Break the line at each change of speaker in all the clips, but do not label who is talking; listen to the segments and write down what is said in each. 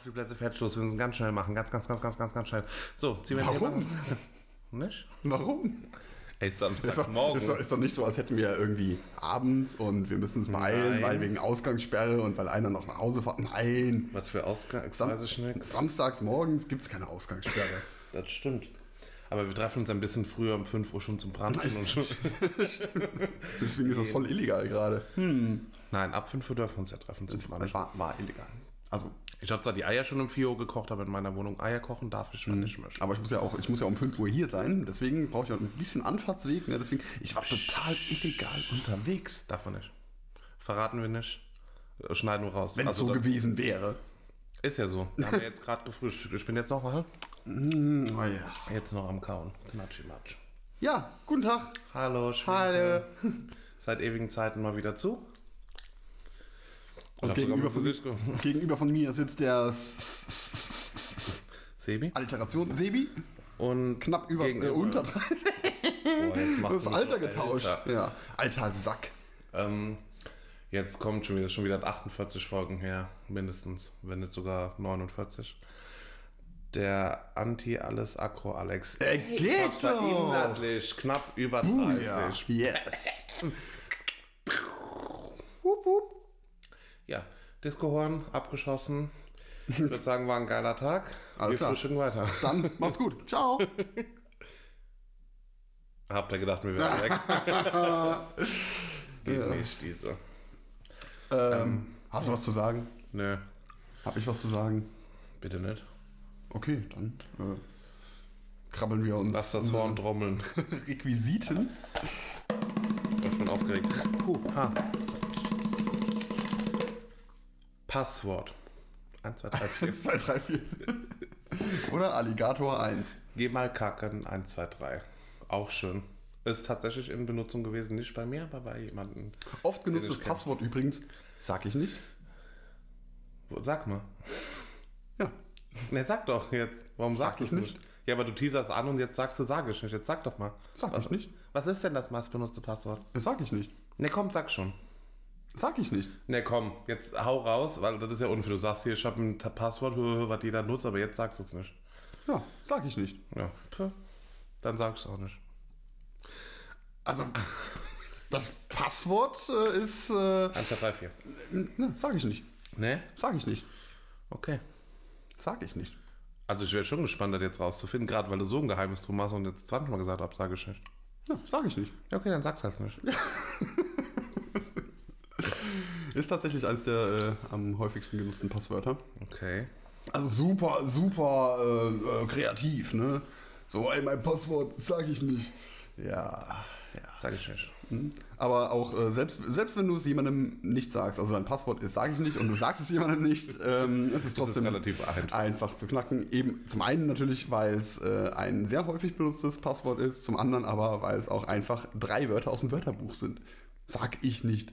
Spielplätze fertig los. Wir müssen ganz schnell machen. Ganz, ganz, ganz, ganz, ganz, ganz schnell. So, ziehen wir den
Warum?
Hebammen- Nicht?
Warum?
Ey,
Ist doch,
Samstagmorgen.
ist, doch, ist doch nicht so, als hätten wir irgendwie abends und wir müssen uns beeilen,
Nein.
weil wegen Ausgangssperre und weil einer noch nach Hause fährt. Nein.
Was für Ausgang?
Sam
Weiß ich nix.
Samstags morgens gibt es keine Ausgangssperre.
Das stimmt. Aber wir treffen uns ein bisschen früher um 5 Uhr schon zum Branden. Und schon
Deswegen ist das voll illegal gerade.
Nein, ab 5 Uhr dürfen wir uns ja treffen zum
Das
Branden.
war, war illegal. Also,
Ich habe zwar die Eier schon um 4 Uhr gekocht, aber in meiner Wohnung Eier kochen darf ich,
Mhm.
wenn ich möchte.
aber ich muss ja auch, ich muss ja um 5 Uhr hier sein. Deswegen brauche ich auch ein bisschen Anfahrtsweg. Ne? Deswegen, ich war total illegal unterwegs.
Darf man nicht. Verraten wir nicht. Äh, Schneiden wir raus.
Wenn es so
da-
gewesen wäre.
Ist ja so. Da haben wir jetzt gerade gefrühstückt. Ich bin jetzt noch mal.
Oh, ja.
Jetzt noch am Kauen. Knatschi Matsch.
ja, guten Tag.
Hallo,
Hallo.
Seit ewigen Zeiten mal wieder zu. Ich
Und
hab
gegenüber
sogar
von,
mit Gesicht ge-
gegenüber von mir sitzt der S- S- S-
Sebi.
Alteration Sebi.
Und
Knapp über, äh,
gegenüber-
unter 30.
Boah, jetzt machst
Das
du mich
Alter
noch
getauscht.
älter.
Ja. Alter Sack.
Ähm, jetzt kommt schon wieder, schon wieder 48 Folgen her, mindestens, wenn nicht sogar 49. Der Anti-Alles-Akro-Alex.
Er geht doch.
Inhaltlich knapp über
Oh
30.
ja. Yes. Wupp, wupp.
Ja, Discohorn abgeschossen. Ich würde sagen, war ein geiler Tag.
Alles
Wir
klar.
frühstücken weiter.
Dann macht's gut. Ciao. Ähm,
Habt ihr gedacht, wir wären weg? Geht
Ja.
nicht, diese.
Ähm, hast du was zu sagen?
Nö,
Hab ich was zu sagen?
bitte nicht.
Okay, dann äh, krabbeln wir uns
Lass das Horn trommeln.
Requisiten.
Ich bin aufgeregt. Puh, ha. Passwort. 1, 2, 3, 4.
1, 2, 3, 4. Oder Alligator 1.
Geh mal kacken. 1, 2, 3. Auch schön. Ist tatsächlich in Benutzung gewesen. Nicht bei mir, aber bei jemandem.
Oft genutztes
Den ich kenn.
Passwort übrigens, sag ich nicht.
Wo- Sag mal.
Ja.
Ne, sag doch jetzt. Warum
Sag
sagst du es
ich
nicht? Ja, aber du teaserst an und jetzt sagst du, sage ich nicht. Jetzt sag doch mal.
Sag
was,
ich nicht.
Was ist denn das meistbenutzte Passwort?
Das sag ich nicht.
Ne, komm, sag schon.
Sag ich nicht.
Ne, komm, jetzt hau raus, weil das ist ja unfair. Du sagst hier, ich habe ein Ta- Passwort, was jeder nutzt, aber jetzt sagst du es nicht.
Ja, sag ich nicht.
Ja, tja, dann sagst du auch nicht.
Also, das Passwort äh, ist. Äh,
1, 2, 3, 4.
ne, sag ich nicht.
Ne?
Sag ich nicht.
Okay.
Sag ich nicht.
Also ich wäre schon gespannt, das jetzt rauszufinden, gerade weil du so ein Geheimnis drum hast und jetzt 20 Mal gesagt hast, sage ich nicht.
Ja, sag ich nicht.
Ja, okay, dann sag's halt nicht.
Ist tatsächlich eines der äh, am häufigsten genutzten Passwörter.
Okay.
Also super, super äh, äh, kreativ, ne? So, ey, mein Passwort sag ich nicht. Ja, ja.
Sag ich nicht.
Aber auch äh, selbst, selbst wenn du es jemandem nicht sagst, also dein Passwort ist sage ich nicht und du sagst es jemandem nicht, ähm, es ist trotzdem
relativ einfach.
einfach zu knacken. Eben zum einen natürlich, weil es äh, ein sehr häufig benutztes Passwort ist, zum anderen aber, weil es auch einfach drei Wörter aus dem Wörterbuch sind. Sag ich nicht.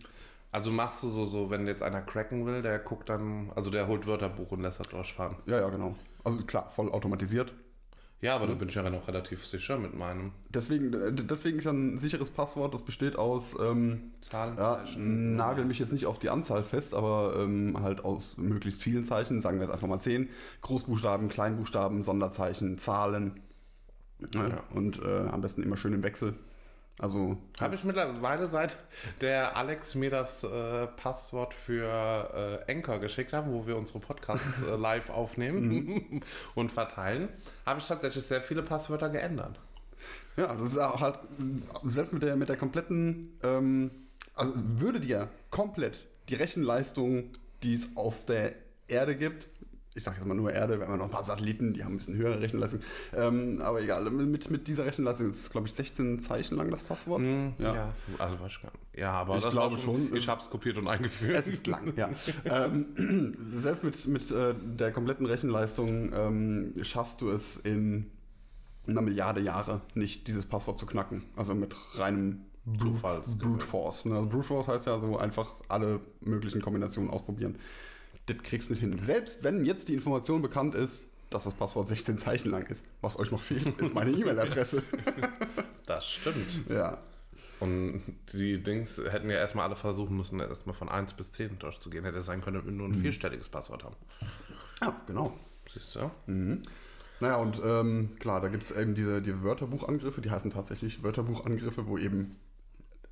Also machst du so, so, wenn jetzt einer cracken will, der guckt dann, also der holt Wörterbuch und lässt das durchfahren.
Ja, ja, genau. Also klar, voll automatisiert.
Ja, aber da bin ich ja noch relativ sicher mit meinem
Deswegen, äh, deswegen ist ja ein sicheres Passwort, das besteht aus, ähm, ja,
Zahlenzeichen.
nagel mich jetzt nicht auf die Anzahl fest, aber ähm, halt aus möglichst vielen Zeichen, sagen wir jetzt einfach mal 10, Großbuchstaben, Kleinbuchstaben, Sonderzeichen, Zahlen ne?
Ja.
und äh, am besten immer schön im Wechsel. Also,
Habe ich mittlerweile, seit der Alex mir das äh, Passwort für äh, Anchor geschickt hat, wo wir unsere Podcasts äh, live
Mhm.
aufnehmen und verteilen, habe ich tatsächlich sehr viele Passwörter geändert.
ja, das ist auch halt, äh, selbst mit der, mit der kompletten, ähm, also würde dir komplett die Rechenleistung, die es auf der Erde gibt, ich sage jetzt mal nur Erde, wir haben ja noch ein paar Satelliten, die haben ein bisschen höhere Rechenleistung, ähm, aber egal, mit, mit dieser Rechenleistung ist es, glaube ich, 16 Zeichen lang das Passwort.
Mhm. also weiß ich gar nicht. Ja, aber
Mhm, Ich
das
glaube
war
schon.
Ich habe es kopiert und eingeführt.
Es ist lang, ja. ähm, selbst mit, mit äh, der kompletten Rechenleistung ähm, schaffst du es in einer Milliarde Jahre nicht, dieses Passwort zu knacken. Also mit reinem Brute,
Zufalls-
Brute Force. Ne? Also Brute Force heißt ja so einfach alle möglichen Kombinationen ausprobieren. Das kriegst du nicht hin. Selbst wenn jetzt die Information bekannt ist, dass das Passwort 16 Zeichen lang ist. Was euch noch fehlt, ist meine E-Mail-Adresse.
Das stimmt.
ja.
Und die Dings hätten ja
Mhm.
erstmal alle versuchen müssen, erstmal von 1 bis 10 durchzugehen. Hätte es sein können, wenn wir nur ein vierstelliges Passwort haben.
Ja, genau.
Siehst du?
Mhm. Naja, und ähm, klar, da gibt es eben diese, die Wörterbuchangriffe, die heißen tatsächlich Wörterbuchangriffe, wo eben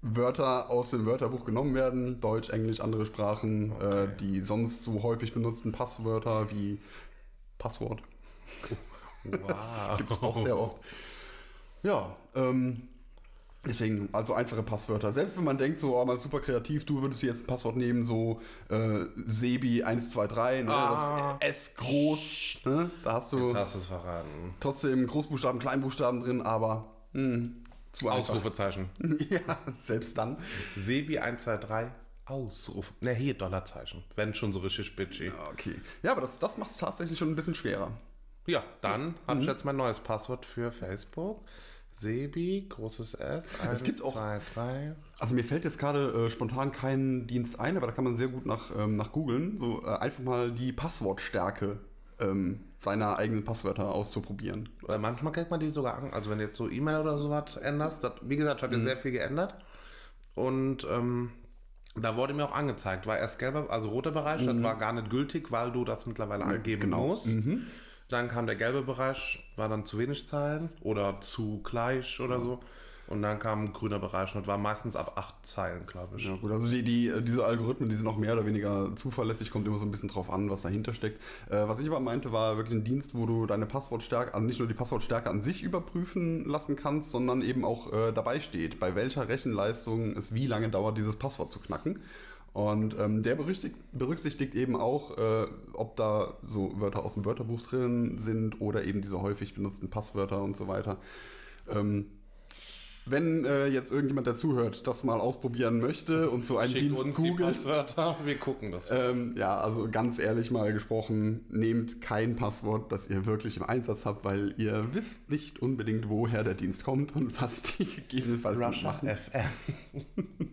Wörter aus dem Wörterbuch genommen werden, Deutsch, Englisch, andere Sprachen,
Okay.
äh, die sonst so häufig benutzten Passwörter wie Passwort.
Wow. Ah.
Das gibt es auch sehr oft. Ja, ähm, deswegen, also einfache Passwörter. Selbst wenn man denkt, so, oh, man ist super kreativ, du würdest jetzt ein Passwort nehmen, so äh, Sebi123, ne,
Ah.
das S groß, ne, da hast du
Jetzt hast du es verraten.
trotzdem Großbuchstaben, Kleinbuchstaben drin, aber mh, zu einfach.
Ausrufezeichen.
ja, selbst dann.
Sebi 123 Ausruf. Ne, hier Dollarzeichen. Wenn schon so richtig bitchy. Ja,
Okay. Ja, aber das, das macht es tatsächlich schon ein bisschen schwerer.
dann habe
Mhm.
ich jetzt mein neues Passwort für Facebook. Sebi, großes S, 1,
gibt auch-
2, 3.
Also mir fällt jetzt gerade äh, spontan kein Dienst ein, aber da kann man sehr gut nach, ähm, nach googeln, so äh, einfach mal die Passwortstärke ähm, seiner eigenen Passwörter auszuprobieren.
Äh, Manchmal kriegt man die sogar an. Also wenn du jetzt so E-Mail oder sowas änderst, das, wie gesagt, ich
Mhm.
habe ja sehr viel geändert. Und ähm, da wurde mir auch angezeigt, war erst gelber, also roter Bereich, das war gar nicht gültig, weil du das mittlerweile angeben
Mhm. genau.
musst. Dann kam der gelbe Bereich, war dann zu wenig Zeilen oder zu gleich oder so. Und dann kam ein grüner Bereich und das war meistens ab acht Zeilen, glaube ich.
Ja gut, also die, die, äh, diese Algorithmen, die sind auch mehr oder weniger zuverlässig, kommt immer so ein bisschen drauf an, was dahinter steckt. Äh, was ich aber meinte, war wirklich ein Dienst, wo du deine Passwortstärke, also nicht nur die Passwortstärke an sich überprüfen lassen kannst, sondern eben auch äh, dabei steht, bei welcher Rechenleistung es wie lange dauert, dieses Passwort zu knacken. Und ähm, der berücksichtigt, berücksichtigt eben auch, äh, ob da so Wörter aus dem Wörterbuch drin sind oder eben diese häufig benutzten Passwörter und so weiter. Ähm, wenn äh, jetzt irgendjemand, der zuhört, das mal ausprobieren möchte und so einen
Schickt
Dienst
uns die
googelt,
Passwörter, wir gucken das.
ähm, ja, also ganz ehrlich mal gesprochen, nehmt kein Passwort, das ihr wirklich im Einsatz habt, weil ihr wisst nicht unbedingt, woher der Dienst kommt und was die gegebenenfalls
Russia
machen.
FM.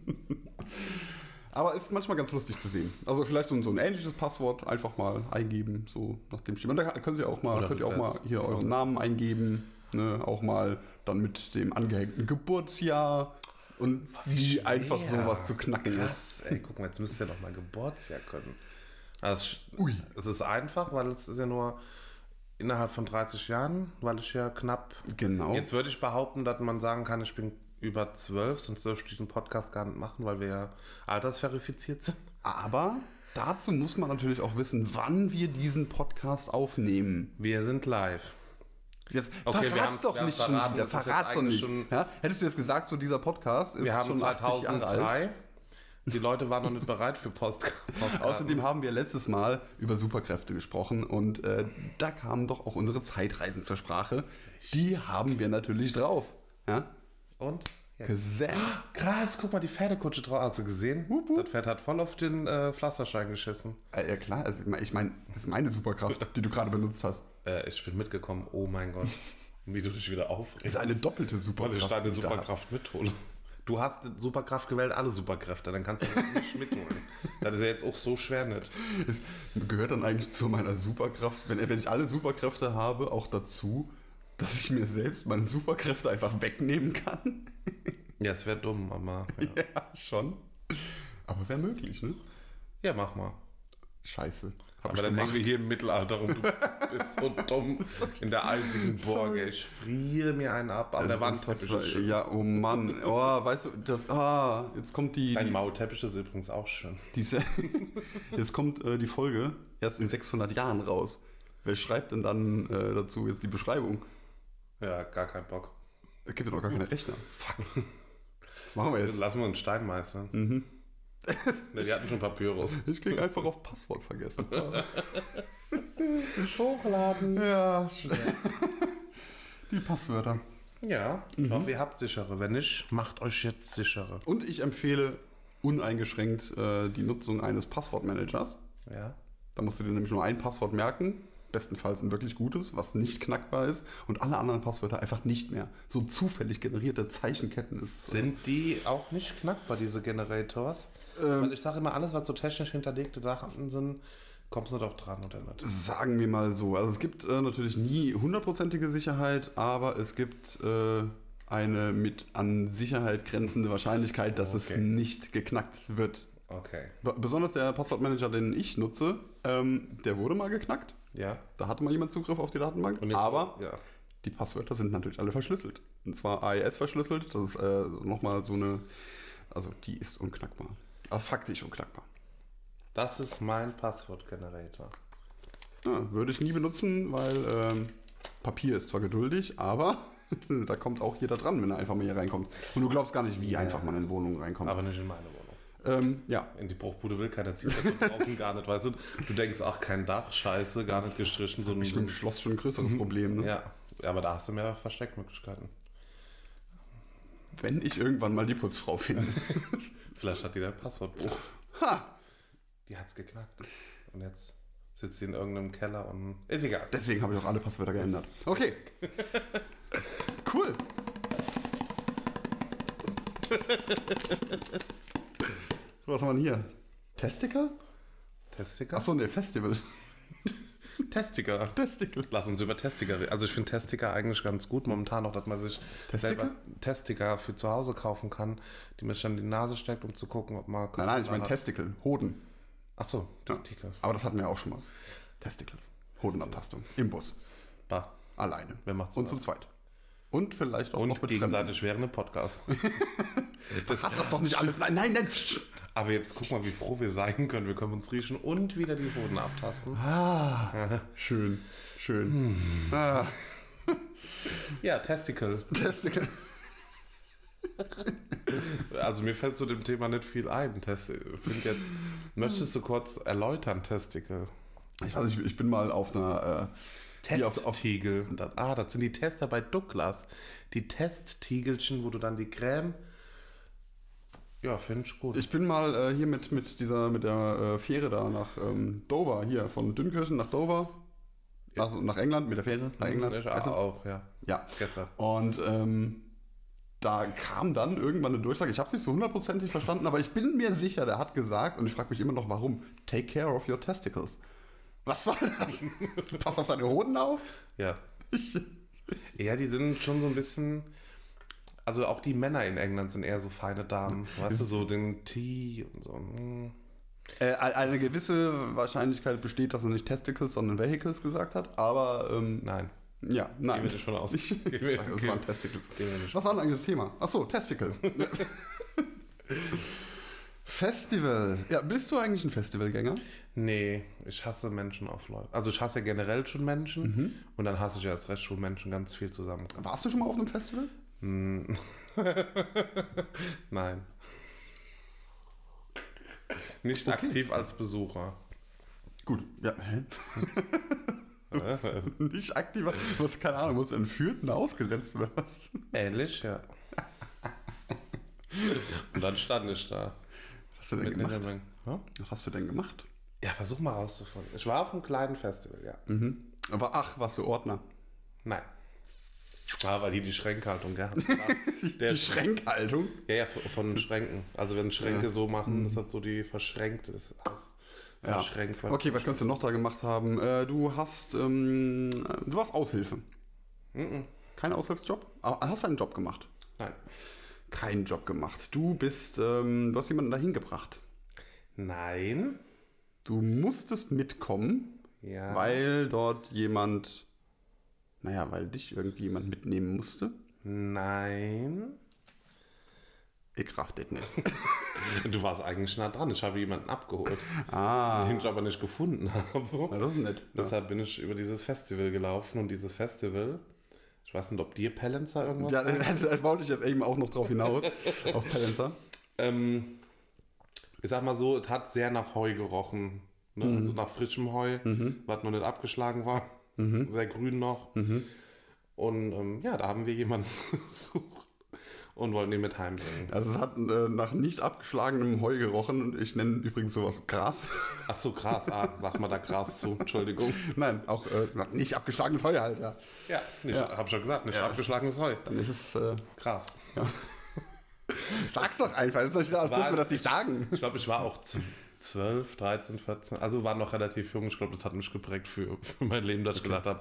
Aber ist manchmal ganz lustig zu sehen. Also vielleicht so ein, so ein ähnliches Passwort einfach mal eingeben, so nach dem Schema. Und Da können Sie auch mal,
Oder
könnt ihr auch mal
rückwärts. Genau.
hier euren Namen eingeben, ne? auch mal dann mit dem angehängten Geburtsjahr und wie
schwer.
einfach sowas zu knacken ist.
Krass, ey, guck mal, jetzt müsst ihr noch mal Geburtsjahr können. Also, es-
Ui.
Es ist einfach, weil es ist ja nur innerhalb von 30 Jahren, weil ich ja knapp.
Genau.
Jetzt würde ich behaupten, dass man sagen kann, ich bin über 12, sonst dürfte ich diesen Podcast gar nicht machen, weil wir ja altersverifiziert sind.
Aber dazu muss man natürlich auch wissen, wann wir diesen Podcast aufnehmen.
Wir sind live.
Jetzt
Okay, wir
verrat's
haben's-
doch
wir
nicht
haben's
schon
verraten,
wieder.
das ist jetzt
Verrat's doch
eigentlich
nicht.
schon-
ja? Hättest du jetzt gesagt, so dieser Podcast ist
Wir haben
schon 80 Jahre alt.
2003. Die Leute waren noch nicht bereit für Post. Postkarten.
Außerdem haben wir letztes Mal über Superkräfte gesprochen und äh, da kamen doch auch unsere Zeitreisen zur Sprache. Die haben wir natürlich drauf. Ja?
Und? Ja.
Gesehen.
Krass, guck mal, die Pferdekutsche drauf. Hast du gesehen? Das Pferd hat voll auf den äh, Pflasterstein geschissen.
Äh, ja klar, also ich meine, ich mein, das ist meine Superkraft, die du gerade benutzt hast.
Äh, ich bin mitgekommen. Oh mein Gott. Wie du dich wieder
Das
aufregst.
ist eine doppelte
Weil ich
Superkraft.
deine
die ich da hab.
Superkraft mithole. Du hast eine Superkraft gewählt, alle Superkräfte. Dann kannst du nicht mitholen. Das ist ja jetzt auch so schwer nicht.
Es gehört dann eigentlich zu meiner Superkraft, wenn, wenn ich alle Superkräfte habe, auch dazu, dass ich mir selbst meine Superkräfte einfach wegnehmen kann?
Ja, es wäre dumm, aber. Ja.
Ja, schon. Aber wäre möglich, ne?
ja, mach mal.
Scheiße. Hab
Aber
ich
dann hängen
gemacht.
wir hier im Mittelalter rum. Du bist so dumm in der eisigen Burg. ey. Ich friere mir einen ab. An
Das
der
ist
Wandteppich
unfassbar.
ist schön.
Also Ja, oh Mann. Oh, weißt du, das. Ah, jetzt kommt die.
Ein
die
Maulteppich ist übrigens auch schön.
diese, jetzt kommt äh, die Folge erst in 600 Jahren raus. Wer schreibt denn dann äh, dazu jetzt die Beschreibung?
Ja, gar kein Bock.
Es gibt ja noch gar keine Rechner. Fuck. Machen wir jetzt.
Lassen wir uns Stein meißeln. Ne, Die hatten schon Papyrus.
Ich klicke einfach auf Passwort vergessen.
Hochladen.
ja, die Passwörter.
Ja, ich
Mhm.
hoffe, ihr habt sichere. Wenn nicht, macht euch jetzt sichere.
Und ich empfehle uneingeschränkt äh, die Nutzung eines Passwortmanagers.
Ja.
Da musst du dir nämlich nur ein Passwort merken, bestenfalls ein wirklich gutes, was nicht knackbar ist, und alle anderen Passwörter einfach nicht mehr. So zufällig generierte Zeichenketten ist.
Sind die auch nicht knackbar, diese Generators?
Ähm.
Weil ich sage immer, alles, was so technisch hinterlegte Sachen sind, kommst du doch dran oder nicht?
Sagen wir mal so. Also es gibt äh, natürlich nie hundertprozentige Sicherheit, aber es gibt äh, eine mit an Sicherheit grenzende Wahrscheinlichkeit, dass es
Okay.
nicht geknackt wird.
Okay.
B- Besonders der Passwortmanager, den ich nutze, ähm, der wurde mal geknackt.
Ja.
Da hatte mal jemand Zugriff auf die Datenbank,
Und jetzt-
aber
Ja.
die Passwörter sind natürlich alle verschlüsselt. Und zwar AES verschlüsselt, das ist äh, nochmal so eine, also die ist unknackbar. Also faktisch unknackbar.
Das ist mein Passwortgenerator.
Ja, würde ich nie benutzen, weil ähm, Papier ist zwar geduldig, aber da kommt auch jeder dran, wenn er einfach mal hier reinkommt. Und du glaubst gar nicht, wie einfach man in Wohnungen reinkommt.
Aber nicht in meine Wohnung.
Ähm, ja,
In die Bruchbude will keiner zieht von draußen gar nicht, weißt du? Du denkst, ach, kein Dach, scheiße, gar nicht gestrichen, so ein.
ich bin im Schloss schon ein größeres Problem. Ne?
Mhm. ja, aber da hast du mehr Versteckmöglichkeiten.
Wenn ich irgendwann mal die Putzfrau finde.
Vielleicht hat die dein Passwortbuch.
ha!
Die hat's geknackt. Und jetzt sitzt sie in irgendeinem Keller und. Ist egal.
Deswegen habe ich auch alle Passwörter geändert. Okay. Cool. Was haben wir denn hier? Testicle?
Testiker?
Achso, ne, Festival.
Testiker.
Testicle.
Lass uns über Testiker reden. Also ich finde Testiker eigentlich ganz gut momentan noch, dass man sich
Testikel?
selber Testiker für zu Hause kaufen kann, die man sich dann in die Nase steckt, um zu gucken, ob man...
Nein, nein, ich meine
hat.
Testicle. Hoden.
Ach so, Testiker.
Aber das hatten wir auch schon mal. Testicles. Hodenabtastung. Im Bus.
Bah.
Alleine.
Wer macht's
Und zu zweit. Und vielleicht auch noch
Und
mit Fremden.
gegenseitig während dem Podcast. das,
Hat das doch nicht alles. Nein, nein, nein. psch.
aber jetzt guck mal, wie froh wir sein können. Wir können uns riechen und wieder die Hoden abtasten. Ah.
Ah. Schön. Schön.
Hm.
Ah.
Ja, Testicle.
Testicle.
Also mir fällt zu dem Thema nicht viel ein. Test, find jetzt, möchtest du kurz erläutern, Testicle?
Ich, weiß, nicht, ich bin mal auf einer. Äh, wie auf, auf,
Testtiegel. Und dann- Ah, das sind die Tester bei Douglas. Die Testtiegelchen, wo du dann die Creme. Ja, finde ich gut.
ich bin mal äh, hier mit, mit dieser mit der äh, Fähre da nach ähm, Dover, hier von Dünnkirchen nach Dover. Nach, nach England, mit der Fähre, nach England. Also-
Ich
weißt du?
auch, ja.
Ja.
Gestern.
Und ähm, da kam dann irgendwann eine Durchsage. Ich habe es nicht so hundertprozentig verstanden, aber ich bin mir sicher, der hat gesagt, und ich frage mich immer noch, warum, take care of your testicles. Was soll das? Pass auf deine Hoden auf.
Ja.
Ich,
Ja, die sind schon so ein bisschen. Also auch die Männer in England sind eher so feine Damen. Weißt du, so den Tee und so. hm.
äh, eine gewisse Wahrscheinlichkeit besteht, dass er nicht Testicles, sondern Vehicles gesagt hat, aber ähm,
Nein.
ja, nein.
Gehen wir nicht von aus.
Ich,
Gehen wir-
Ach, das waren Testicles.
Gehen wir nicht.
Was war denn eigentlich das Thema? Achso, Testicles. Festival. Ja, bist du eigentlich ein Festivalgänger?
Nee, ich hasse Menschen auf Leute. Also ich hasse ja generell schon Menschen.
Mhm.
Und dann hasse ich ja erst recht schon Menschen ganz viel zusammen.
Warst du schon mal auf einem Festival?
Nein. Nicht aktiv als Besucher.
Gut, ja. Hä?
äh,
Nicht aktiver. Du hast keine Ahnung, musst entführt und ausgesetzt oder was?
Ähnlich, ja. Und dann stand ich da.
Was hast du denn
Mitten in der
gemacht?
Menge. Ja?
Was hast du denn gemacht?
ja, versuch mal rauszufinden. Ich war auf einem kleinen Festival, ja.
Aber ach, warst du Ordner?
Nein. Ah, weil die die Schränkhaltung gehabt haben. Der,
Die Schränkhaltung?
ja, ja, von Schränken. Also wenn Schränke so machen, ist das so die verschränkte. Das heißt, verschränkt. weil-
Okay, was kannst du noch da gemacht haben? Äh, du hast, ähm, du warst Aushilfe. Kein Aushilfsjob? Aber hast einen Job gemacht?
Nein.
Keinen Job gemacht. Du bist, ähm, du hast jemanden dahin gebracht.
Nein.
Du musstest mitkommen,
Ja.
weil dort jemand, naja, weil dich irgendwie jemand mitnehmen musste.
Nein.
Ich raff das nicht.
Du warst eigentlich nah dran. Ich habe jemanden abgeholt,
Ah,
den ich aber nicht gefunden
na,
habe.
das ist nett. Ja.
Deshalb bin ich über dieses Festival gelaufen und dieses Festival, ich weiß nicht, ob dir Palenzer irgendwas.
Ja, da, da, da wollte ich jetzt eben auch noch drauf hinaus, auf Palenzer.
Ähm, ich sag mal so, es hat sehr nach Heu gerochen. Ne?
Mhm.
Also nach frischem Heu, was noch nicht abgeschlagen war.
Mhm.
Sehr grün noch. Und ähm, ja, da haben wir jemanden gesucht und wollten ihn mit heimbringen.
Also es hat äh, nach nicht abgeschlagenem Heu gerochen und ich nenne übrigens sowas Gras.
Ach so, Gras. Ah, sag mal da Gras zu. Entschuldigung.
Nein, auch äh, nach nicht abgeschlagenes Heu halt, ja.
Ja, ich
Ja.
hab schon gesagt, nicht
Ja.
abgeschlagenes Heu.
Dann ist es, äh,
Krass.
sag's doch einfach, das, ist doch nicht, als dürfen wir das nicht sagen.
Ich glaube, ich war auch z- 12, 13, 14, also war noch relativ jung. Ich glaube, das hat mich geprägt für, für mein Leben, dass ich gedacht habe,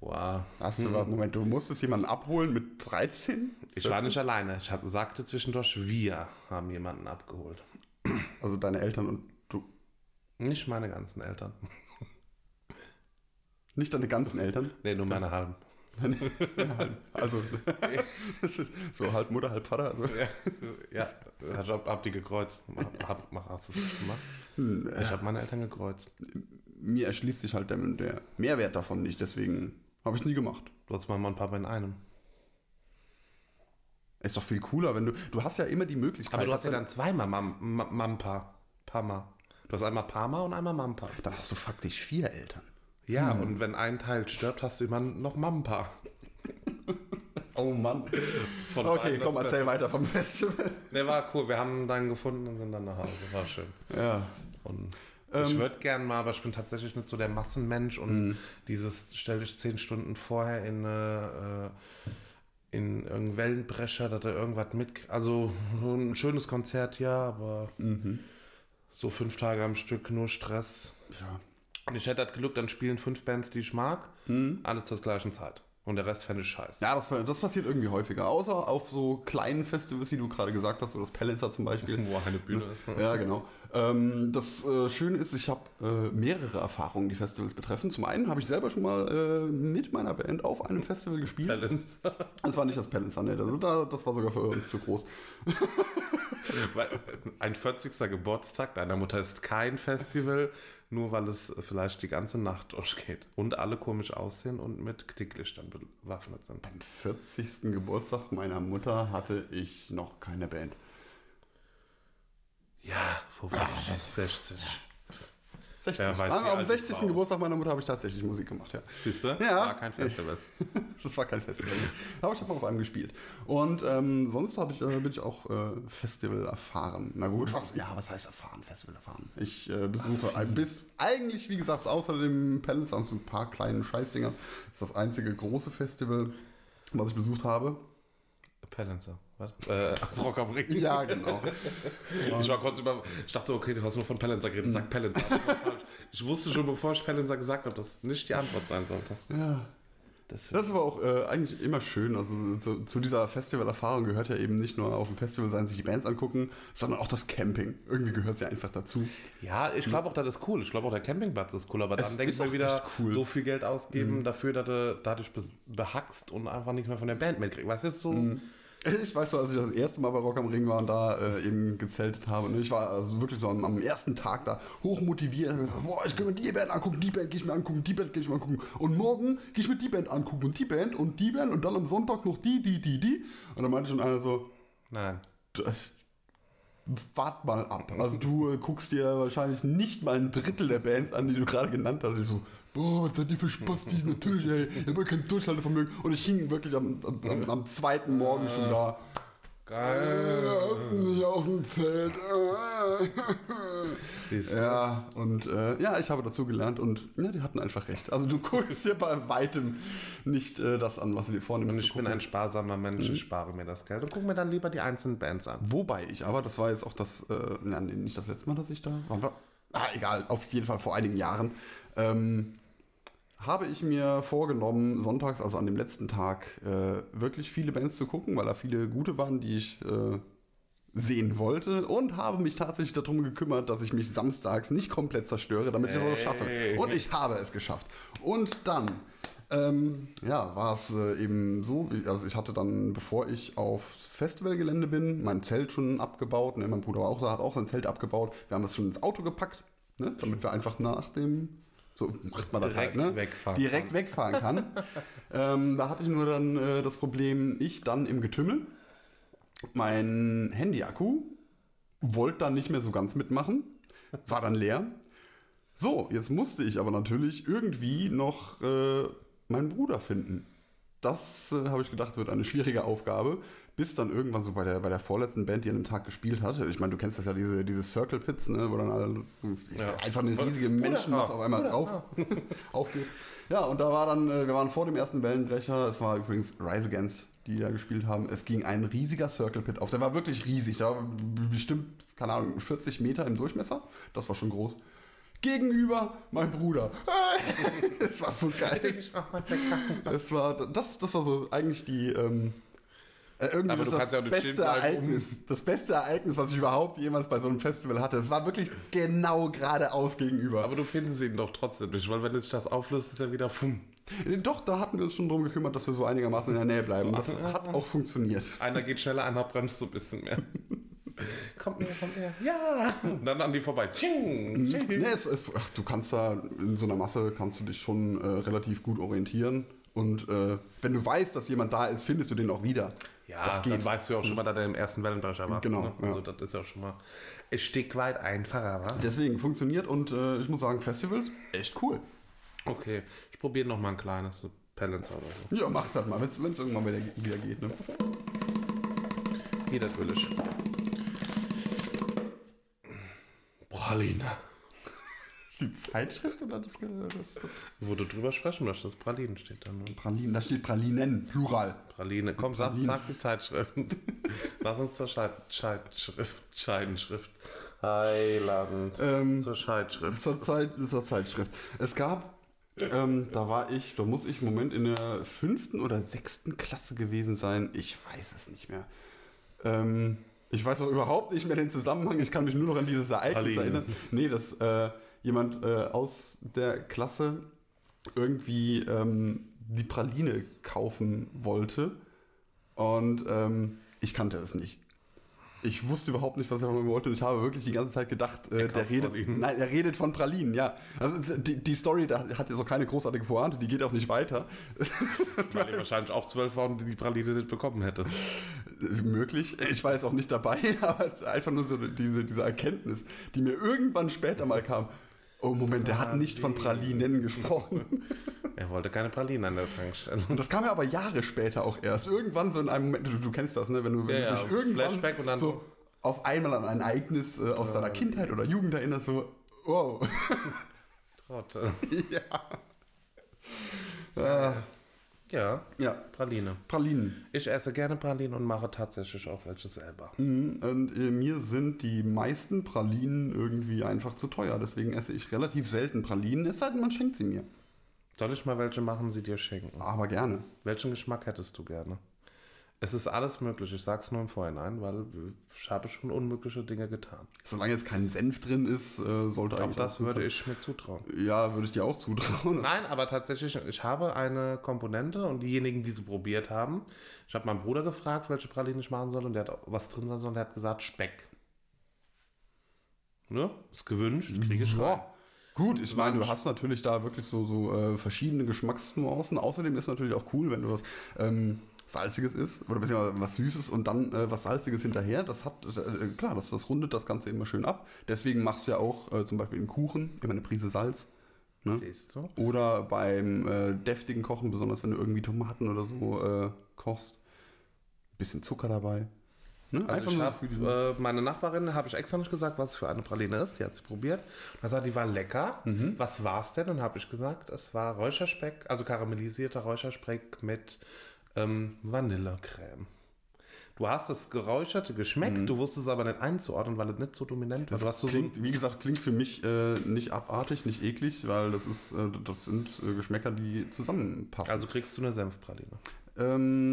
wow.
Hast du, warte, Moment, du musstest jemanden abholen mit 13?
Hm. Ich war nicht alleine. Ich hab, sagte zwischendurch, wir haben jemanden abgeholt.
Also deine Eltern und du.
Nicht meine ganzen Eltern.
Nicht deine ganzen Eltern.
Nee, nur meine halben.
Also, das ist so halb Mutter, halb Vater. Also,
Ja, ja ich hab, hab die gekreuzt. Hab, hab, mach- hast du das gemacht? Ich habe meine Eltern gekreuzt.
mir erschließt sich halt der, der Mehrwert davon nicht, deswegen habe ich nie gemacht.
Du hast Mama und Papa in einem.
Ist doch viel cooler, wenn du. Du hast ja immer die Möglichkeit.
Aber du hast ja
dass-
dann zweimal Mam, Ma- Mampa. Pama. Du hast einmal Pama und einmal Mampa. Hm.
Dann hast du faktisch vier Eltern.
Ja, und wenn ein Teil stirbt, hast du immer noch Mampa.
Oh Mann.
Von
Okay,
beiden
komm,
das
erzähl weiter vom Festival.
Beste. Der war cool. Wir haben dann gefunden und sind dann nach Hause. War schön.
Ja.
Und ich
Ähm. Mhm.
würde gern mal, aber ich bin tatsächlich nicht so der Massenmensch und dieses stell dich zehn Stunden vorher in eine, äh, in irgendeinen Wellenbrecher, dass er irgendwas mit. Also ein schönes Konzert, ja, aber
Mhm.
so fünf Tage am Stück nur Stress.
ja.
Und ich hätte das Glück, dann spielen fünf Bands, die ich mag, alle zur gleichen Zeit. Und der Rest fände ich scheiße.
Mhm. Ja, das, das passiert irgendwie häufiger. Außer auf so kleinen Festivals, die du gerade gesagt hast, so das Palancer zum Beispiel.
Wo eine Bühne ist.
Ja, genau. Ähm, das äh, Schöne ist, ich habe äh, mehrere Erfahrungen, die Festivals betreffen. Zum einen habe ich selber schon mal äh, mit meiner Band auf einem Festival gespielt.
Balance.
Das war nicht das Palancer, ne? Das, da- das war sogar für uns zu groß.
Weil äh, Ein 40. Geburtstag deiner Mutter ist kein Festival, nur weil es vielleicht die ganze Nacht durchgeht und alle komisch aussehen und mit Knicklichtern bewaffnet sind.
Am 40. Geburtstag meiner Mutter hatte ich noch keine Band.
Ja, 50, 60.
60.
Wer weiß, wie
Ah,
alt
am
ich
60.
war aus.
Geburtstag meiner Mutter habe ich tatsächlich Musik gemacht, ja.
Siehst du?
Ja.
War kein Festival.
Das war kein Festival. Aber ich habe auf einem gespielt. Und ähm, sonst hab ich, äh, bin ich auch äh, Festival erfahren. Na gut, was, ja, was heißt erfahren? Festival erfahren. Ich äh, besuche ein- bis eigentlich, wie gesagt, außer dem Palace an so ein paar kleinen Scheißdinger, ist das einzige große Festival, was ich besucht habe.
Palancer. Was? Äh, aus Rock am Ring.
Ja, genau.
Ich war kurz über. Ich dachte, okay, du hast nur von Palancer geredet. Sag Palancer. Das war falsch. Ich wusste schon, bevor ich Palancer gesagt habe, dass nicht die Antwort sein sollte.
ja.
Das
Das war auch äh, eigentlich immer schön. Also zu, zu dieser Festivalerfahrung gehört ja eben nicht nur auf dem Festival sein, sich die Bands angucken, sondern auch das Camping. Irgendwie gehört es ja einfach dazu.
Ja, ich glaube auch, das ist cool. Ich glaube auch, der Campingplatz ist cool. Aber dann denke ich
ist
mir
auch
wieder,
echt cool. Mhm.
so viel Geld ausgeben dafür, dass du dadurch bes- behackst und einfach nichts mehr von der Band mitkriegst. Weißt du, ist so,
Mhm. Ich weiß noch, als ich das erste Mal bei Rock am Ring war und da äh, eben gezeltet habe. Und ich war also wirklich so am, am ersten Tag da hochmotiviert. Und hab gesagt, Boah, ich kann mir die Band angucken, die Band gehe ich mir angucken, die Band gehe ich mir angucken. Und morgen gehe ich mir die Band angucken und die Band und die Band und dann am Sonntag noch die, die, die, die. Und dann meinte schon einer so,
nein.
das, wart mal ab. Also du äh, guckst dir wahrscheinlich nicht mal ein Drittel der Bands an, die du gerade genannt hast. Ich so, boah, was sind die für Spastis, natürlich, ey. Ich habe kein Durchhaltevermögen. Und ich hing wirklich am, am, am, am zweiten Morgen schon da.
Geil.
Äh, nicht aus dem Zelt.
Siehst du?
Ja, und äh, ja, ich habe dazu gelernt und ja, die hatten einfach recht. Also du guckst dir bei weitem nicht äh, das an, was du dir vornimmst.
Und
zu
ich bin
gucken. Mhm.
ein sparsamer Mensch, ich spare mir das Geld und gucke mir dann lieber die einzelnen Bands an.
Wobei ich aber, das war jetzt auch das, äh, na, nee, nicht das letzte Mal, dass ich da war. war ah, egal, auf jeden Fall vor einigen Jahren. Ähm, habe ich mir vorgenommen, sonntags, also an dem letzten Tag, äh, wirklich viele Bands zu gucken, weil da viele gute waren, die ich äh, sehen wollte. Und habe mich tatsächlich darum gekümmert, dass ich mich samstags nicht komplett zerstöre, damit ich es auch schaffe.
Hey.
Und ich habe es geschafft. Und dann. Ähm, ja, war es äh, eben so, wie, also ich hatte dann, bevor ich aufs Festivalgelände bin, mein Zelt schon abgebaut, ne, mein Bruder war auch da, hat auch sein Zelt abgebaut, wir haben das schon ins Auto gepackt, ne, damit wir einfach nach dem, so macht man das
Direkt
halt, ne,
wegfahren
direkt wegfahren kann. ähm, da hatte ich nur dann äh, das Problem, ich dann im Getümmel, mein Handy-Akku wollte dann nicht mehr so ganz mitmachen, war dann leer. So, jetzt musste ich aber natürlich irgendwie noch äh, meinen Bruder finden. Das äh, habe ich gedacht, wird eine schwierige Aufgabe. Bis dann irgendwann so bei der, bei der vorletzten Band, die an dem Tag gespielt hat. Ich meine, du kennst das ja, diese, diese Circle Pits, ne, wo dann alle, einfach eine riesige Menschenmasse auf einmal drauf aufgeht. Ja, und da war dann, äh, wir waren vor dem ersten Wellenbrecher. Es war übrigens Rise Against, die da gespielt haben. Es ging ein riesiger Circle Pit auf. Der war wirklich riesig. Da war b- bestimmt, keine Ahnung, 40 Meter im Durchmesser. Das war schon groß. Gegenüber mein Bruder. Es war so geil.
Ich mach mal weg.
Das war, das, das war so eigentlich die, ähm, Äh, irgendwie
Aber
ist
du
das
kannst ja auch nicht stehen
beste
bleiben, um-
Ereignis, das beste Ereignis, was ich überhaupt jemals bei so einem Festival hatte. Es war wirklich genau geradeaus gegenüber.
Aber du findest ihn doch trotzdem nicht, weil wenn es sich das auflöst, ist er wieder fumm.
Äh, Doch, da hatten wir uns schon drum gekümmert, dass wir so äh, einigermaßen in der Nähe bleiben. Das hat auch funktioniert.
Einer geht schneller, einer bremst so ein bisschen mehr. kommt näher, kommt näher. Ja! Und dann an die vorbei.
Mhm.
Tsching, tsching.
Nee, es, es, ach, du kannst da in so einer Masse kannst du dich schon äh, relativ gut orientieren. Und äh, wenn du weißt, dass jemand da ist, findest du den auch wieder.
Ja,
das geht.
dann weißt du ja auch schon mal, dass er im ersten Wellenbrecher war.
Genau,
ne?
ja.
Also das ist ja schon mal ein Stück weit einfacher, wa?
Deswegen funktioniert und äh, ich muss sagen, Festivals echt cool.
Okay, ich probiere nochmal ein kleines so Balancer oder so.
Ja, mach das mal, wenn es irgendwann wieder, wieder geht. Ne?
Hier, das will ich. Praline.
Die Zeitschrift oder das, das, das
Wo du drüber sprechen möchtest, Pralinen steht da nur.
Pralinen? Da steht Pralinen, Plural.
Praline. Komm, sag, sag die Zeitschrift. Lass uns zur Scheid, Scheidschrift. Scheidenschrift. Heiland.
Ähm,
zur Scheidschrift.
zur Zeit dieser Zeitschrift. Es gab, ähm, da war ich, da muss ich im Moment in der fünften oder sechsten Klasse gewesen sein. Ich weiß es nicht mehr. Ähm, ich weiß auch überhaupt nicht mehr den Zusammenhang. Ich kann mich nur noch an dieses Ereignis
Aline.
erinnern. Nee, dass äh, jemand äh, aus der Klasse irgendwie ähm, die Praline kaufen wollte. Und ähm, ich kannte es nicht. Ich wusste überhaupt nicht, was er von mir wollte. Und ich habe wirklich die ganze Zeit gedacht, äh, der
kauft
redet.
Pralinen.
Nein, er redet von Pralinen, ja. Also die, die Story da hat jetzt auch keine großartige Pointe, die geht auch nicht weiter.
Weil ihr wahrscheinlich auch zwölf Wochen die Praline nicht bekommen hätte.
Äh, möglich. Ich war jetzt auch nicht dabei, aber es ist einfach nur so diese, diese Erkenntnis, die mir irgendwann später mal kam. Oh Moment, der hat nicht von Pralinen gesprochen.
Er wollte keine Praline an der Tankstelle.
Und das kam ja aber Jahre später auch erst. Irgendwann so in einem Moment, du, du kennst das, ne? Wenn du, wenn
Ja,
du
ja,
dich irgendwann
Flashback und dann-
so auf einmal an ein Ereignis äh, aus deiner Kindheit oder Jugend erinnerst, so, wow.
Trotte.
ja. Äh,
Ja,
ja,
Praline.
Pralinen.
Ich esse gerne Pralinen und mache tatsächlich auch welche selber. Hm.
Mhm, Und äh, mir sind die meisten Pralinen irgendwie einfach zu teuer. Deswegen esse ich relativ selten Pralinen, es sei denn, man schenkt sie mir.
Soll ich mal welche machen, sie dir schenken?
Aber gerne.
Welchen Geschmack hättest du gerne? Es ist alles möglich, ich sag's nur im Vorhinein, weil ich habe schon unmögliche Dinge getan.
Solange jetzt kein Senf drin ist, äh, sollte
Auch
eigentlich
das
alles gut
würde ich mir zutrauen.
sein. Ja, würde ich dir auch zutrauen.
Nein, aber tatsächlich, ich habe eine Komponente und diejenigen, die sie probiert haben, ich habe meinen Bruder gefragt, welche Praline ich machen soll und der hat auch was drin sein soll und der hat gesagt Speck. Ne? Ist gewünscht, kriege ich rein.
Ja. Gut, ich meine, du
Mensch.
hast natürlich da wirklich so, so äh, verschiedene Geschmacksnuancen. Außerdem ist natürlich auch cool, wenn du was ähm, Salziges isst oder beziehungsweise was Süßes und dann äh, was Salziges hinterher. Das hat, äh, klar, das, das rundet das Ganze immer schön ab. Deswegen machst du ja auch äh, zum Beispiel in Kuchen immer eine Prise Salz.
Siehst du?
Oder beim äh, deftigen Kochen, besonders wenn du irgendwie Tomaten oder so äh, kochst. Bisschen Zucker dabei. Ne?
Also
Einfach
ich
nur
hab,
für diesen-
äh, meine Nachbarin habe ich extra nicht gesagt, was es für eine Praline ist. Sie hat sie probiert. Und dann sagt, die war lecker.
Mhm.
Was war es denn? Und habe ich gesagt, es war Räucherspeck, also karamellisierter Räucherspeck mit ähm, Vanillecreme. Du hast das geräucherte geschmeckt,
Mhm.
du wusstest aber nicht einzuordnen, weil es nicht so dominant war.
Das
Du hast so so ein-
klingt, Also wie gesagt, klingt für mich äh, nicht abartig, nicht eklig, weil das ist, äh, das sind äh, Geschmäcker, die zusammenpassen.
also kriegst du eine Senfpraline.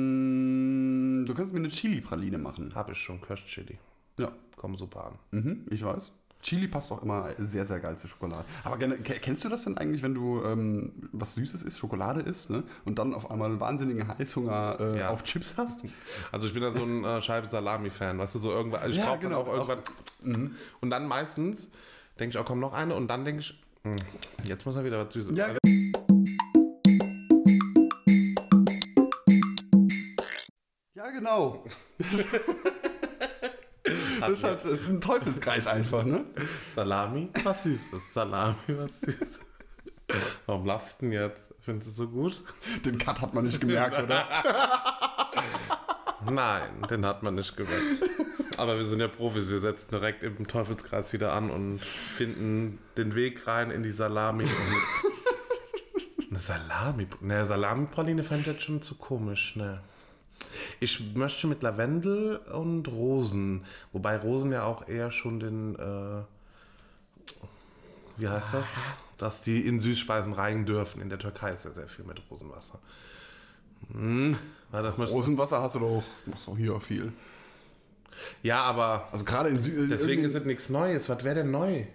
ähm, du kannst mir eine Chili-Praline machen.
Habe ich schon, Kirschchili.
Ja,
Komm super an.
mhm, ich weiß. Chili passt auch immer sehr, sehr geil zu Schokolade. Aber gerne- ke- kennst du das denn eigentlich, wenn du ähm, was Süßes isst, Schokolade isst, ne? Und dann auf einmal einen wahnsinnigen Heißhunger äh,
Ja.
auf Chips hast?
Also ich bin da so ein äh, Scheibe Salami-Fan, weißt du, so irgendwann, also ich
Ja,
brauche
genau, Mhm.
dann auch irgendwann. Und dann meistens denke ich, oh komm, noch eine und dann denke ich, hm, jetzt muss man wieder was Süßes.
Ja,
Also,
Ja, genau.
hat
Das ist, halt, das ist ein Teufelskreis einfach, ne?
Salami, was Süßes, Salami, was Süßes. Warum lachst du denn jetzt? Findest du es so gut?
Den Cut hat man nicht gemerkt, oder?
Nein, den hat man nicht geweckt. Aber wir sind ja Profis, wir setzen direkt im Teufelskreis wieder an und finden den Weg rein in die Salami. Und eine Salami? Ne, Salami-Praline fand ich jetzt schon zu komisch, ne. Ich möchte mit Lavendel und Rosen, wobei Rosen ja auch eher schon den, äh, wie heißt das? Dass die in Süßspeisen rein dürfen. In der Türkei ist ja sehr viel mit Rosenwasser. Hm, warte, das müsste-
Rosenwasser hast du doch, machst auch hier viel.
ja, aber
Also gerade in Süden.
deswegen ist es nichts Neues. Was wäre denn neu?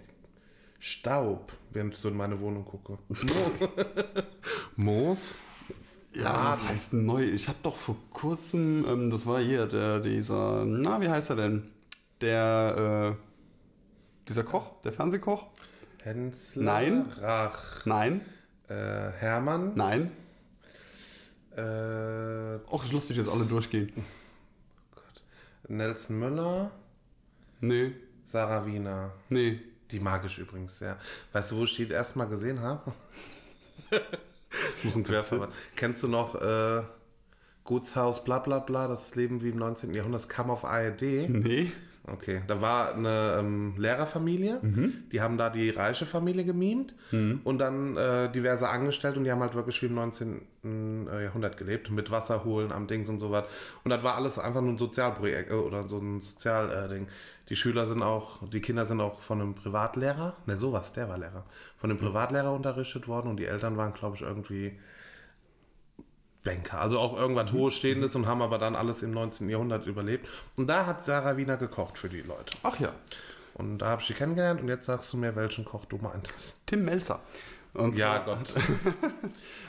Staub, wenn ich so in meine Wohnung gucke. Moos?
Ja, was heißt denn neu? Ich habe doch vor kurzem, ähm, das war hier, der, dieser, na, wie heißt er denn? Der, äh, dieser Koch, der Fernsehkoch?
Hensler?
Nein.
Rach.
Nein,
Äh, Hermann?
nein.
Äh,
Och, ist lustig, jetzt alle durchgehen.
Nelson Müller?
Nee,
Sarah Wiener.
nee.
Die mag ich übrigens, ja. Weißt du, wo ich die erstmal gesehen habe? ich muss ein Querverband. Kennst du noch äh, Gutshaus, bla bla bla, das Leben wie im 19. Jahrhundert, das kam auf ARD.
Nee.
Okay, da war eine ähm, Lehrerfamilie, die haben da die reiche Familie gemimt und dann äh, diverse Angestellte und die haben halt wirklich wie im 19. Jahrhundert gelebt, mit Wasser holen am Dings und sowas. Und das war alles einfach nur ein Sozialprojekt äh, oder so ein Sozialding. Die Schüler sind auch, die Kinder sind auch von einem Privatlehrer, ne sowas, der war Lehrer, von einem Privatlehrer unterrichtet worden und die Eltern waren, glaube ich, irgendwie Banker, also auch irgendwas Hochstehendes und haben aber dann alles im 19. Jahrhundert überlebt. Und da hat Sarah Wiener gekocht für die Leute.
Ach ja,
Und da habe ich sie kennengelernt und jetzt sagst du mir, welchen Koch du meintest.
Tim Melzer. Und
Ja,
zwar-
Gott.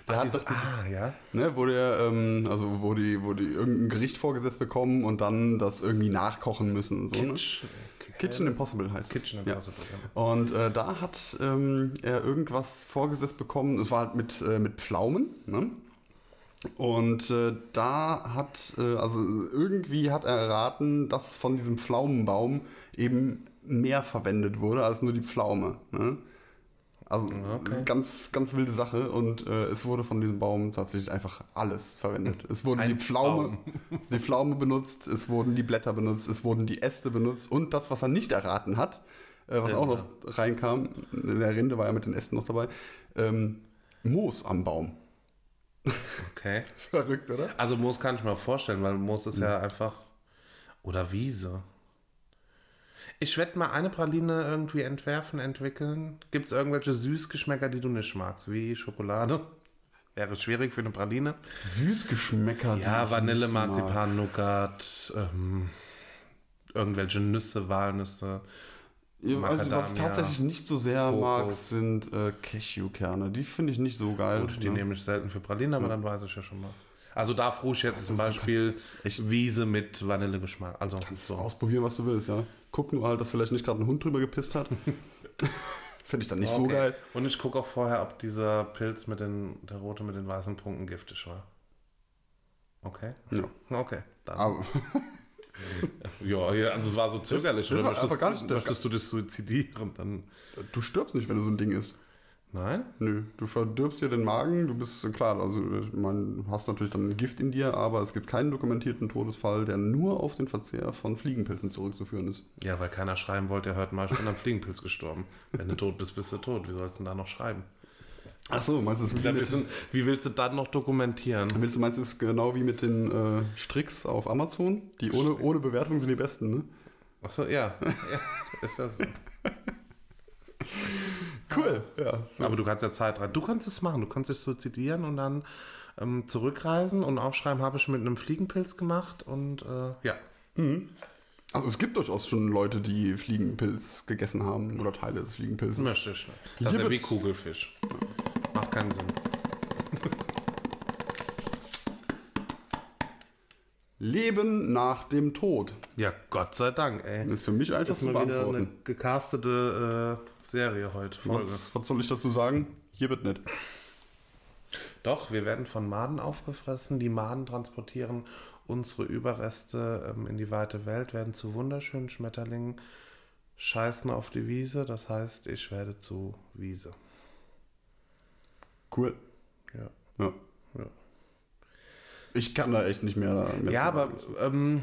Der hat
Diese,
doch
ah, ja.
Ne, wo der, ähm, also wo die, wo die irgendein Gericht vorgesetzt bekommen und dann das irgendwie nachkochen müssen. So, ne?
Kitsch,
Kitchen Impossible heißt es.
Kitchen Impossible.
Ja.
Ja.
Und äh, da hat ähm, er irgendwas vorgesetzt bekommen. Es war halt mit, äh, mit Pflaumen. Ne? Und äh, da hat, äh, also irgendwie hat er erraten, dass von diesem Pflaumenbaum eben mehr verwendet wurde als nur die Pflaume. Ne? Also
Okay.
ganz, ganz wilde Sache. Und äh, es wurde von diesem Baum tatsächlich einfach alles verwendet. Es wurde
Ein
die Pflaume, die Pflaume benutzt, es wurden die Blätter benutzt, es wurden die Äste benutzt und das, was er nicht erraten hat, äh, was auch noch reinkam, in der Rinde war ja mit den Ästen noch dabei, ähm, Moos am Baum.
Okay. Mhm.
Verrückt, oder?
Also Moos kann ich mir vorstellen, weil Moos ist ja einfach. Oder Wiese. Ich werde mal eine Praline irgendwie entwerfen, entwickeln. Gibt es irgendwelche Süßgeschmäcker, die du nicht magst? Wie Schokolade? Wäre schwierig für eine Praline.
Süßgeschmäcker. die
Ja,
ich
Vanille,
nicht mag.
Marzipan, Nougat, ähm, irgendwelche Nüsse, Walnüsse.
Ja, also, was ich
Macadamia,
tatsächlich nicht so sehr
Kokos.
mag, sind äh, Cashewkerne. Die finde ich nicht so geil.
Gut, die
ne?
nehme ich selten für Pralinen, aber dann weiß ich ja schon mal. Also da früh ich jetzt zum
du
Beispiel
kannst echt-
Wiese mit Vanillegeschmack. Also so.
Ausprobieren, was du willst, ja. Guck nur halt, dass vielleicht nicht gerade ein Hund drüber gepisst hat. finde ich dann nicht so
Okay.
geil.
Und ich gucke auch vorher, ob dieser Pilz mit den, der rote mit den weißen Punkten giftig war. Okay?
Ja.
Okay. Dann.
Aber
Ja, ja, also es war so zögerlich.
das
oder?
war einfach gar nicht- das-
möchtest du dich suizidieren? Dann.
du stirbst nicht, wenn du so ein Ding isst.
Nein?
Nö, du verdirbst dir den Magen, du bist klar, also man hast natürlich dann Gift in dir, aber es gibt keinen dokumentierten Todesfall, der nur auf den Verzehr von Fliegenpilzen zurückzuführen ist.
Ja, weil keiner schreiben wollte, er hört mal, ich bin am Fliegenpilz gestorben. Wenn du tot bist, bist du tot. Wie sollst du denn da noch schreiben?
Achso, meinst du das
Ist ja ein bisschen, wie willst du das noch dokumentieren?
Willst du meinst, es ist genau wie mit den äh, Stricks auf Amazon? Die ohne, ohne Bewertung sind die besten, ne?
Achso, ja. ja. Ist das so.
Cool. Ja, so.
Aber du kannst ja Zeit rein. Du kannst es machen. Du kannst dich suizidieren und dann ähm, zurückreisen und aufschreiben, habe ich mit einem Fliegenpilz gemacht und äh, ja.
Also es gibt durchaus schon Leute, die Fliegenpilz gegessen haben oder Teile des Fliegenpilzes.
Möchte ich nicht. Das ist ja
Hier
wie
wird's-
Kugelfisch. Macht keinen Sinn.
Leben nach dem Tod
Ja, Gott sei Dank, ey.
ist für mich einfach
Das ist
zu
mal wieder eine
beantworten.
gecastete äh, Serie heute. Folge.
Was, was soll ich dazu sagen? Hier wird nicht.
Doch, wir werden von Maden aufgefressen. Die Maden transportieren unsere Überreste ähm, in die weite Welt, werden zu wunderschönen Schmetterlingen, scheißen auf die Wiese. Das heißt, ich werde zu Wiese.
Cool.
Ja,
Ja.
Ja.
Ich kann da echt nicht mehr. mehr
ja
zu
aber
sagen.
ähm,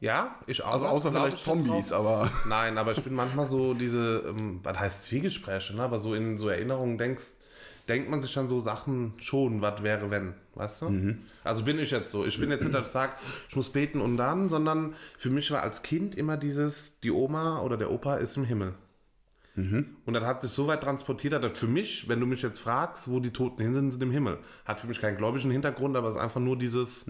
ja, ich auch.
Also außer
Glaub
vielleicht
ich da drauf?
Zombies, aber.
Nein, aber ich bin manchmal so diese, ähm, was heißt Zwiegespräche, ne? aber so in so Erinnerungen denkst, denkt man sich dann so Sachen schon, was wäre wenn, weißt du?
Mhm.
Also bin ich jetzt so. Ich bin jetzt hinter dem Tag, ich muss beten und dann, sondern für mich war als Kind immer dieses, die Oma oder der Opa ist im Himmel. Und das hat sich so weit transportiert, dass das für mich, wenn du mich jetzt fragst, wo die Toten hin sind, sind im Himmel. Hat für mich keinen gläubigen Hintergrund, aber es ist einfach nur dieses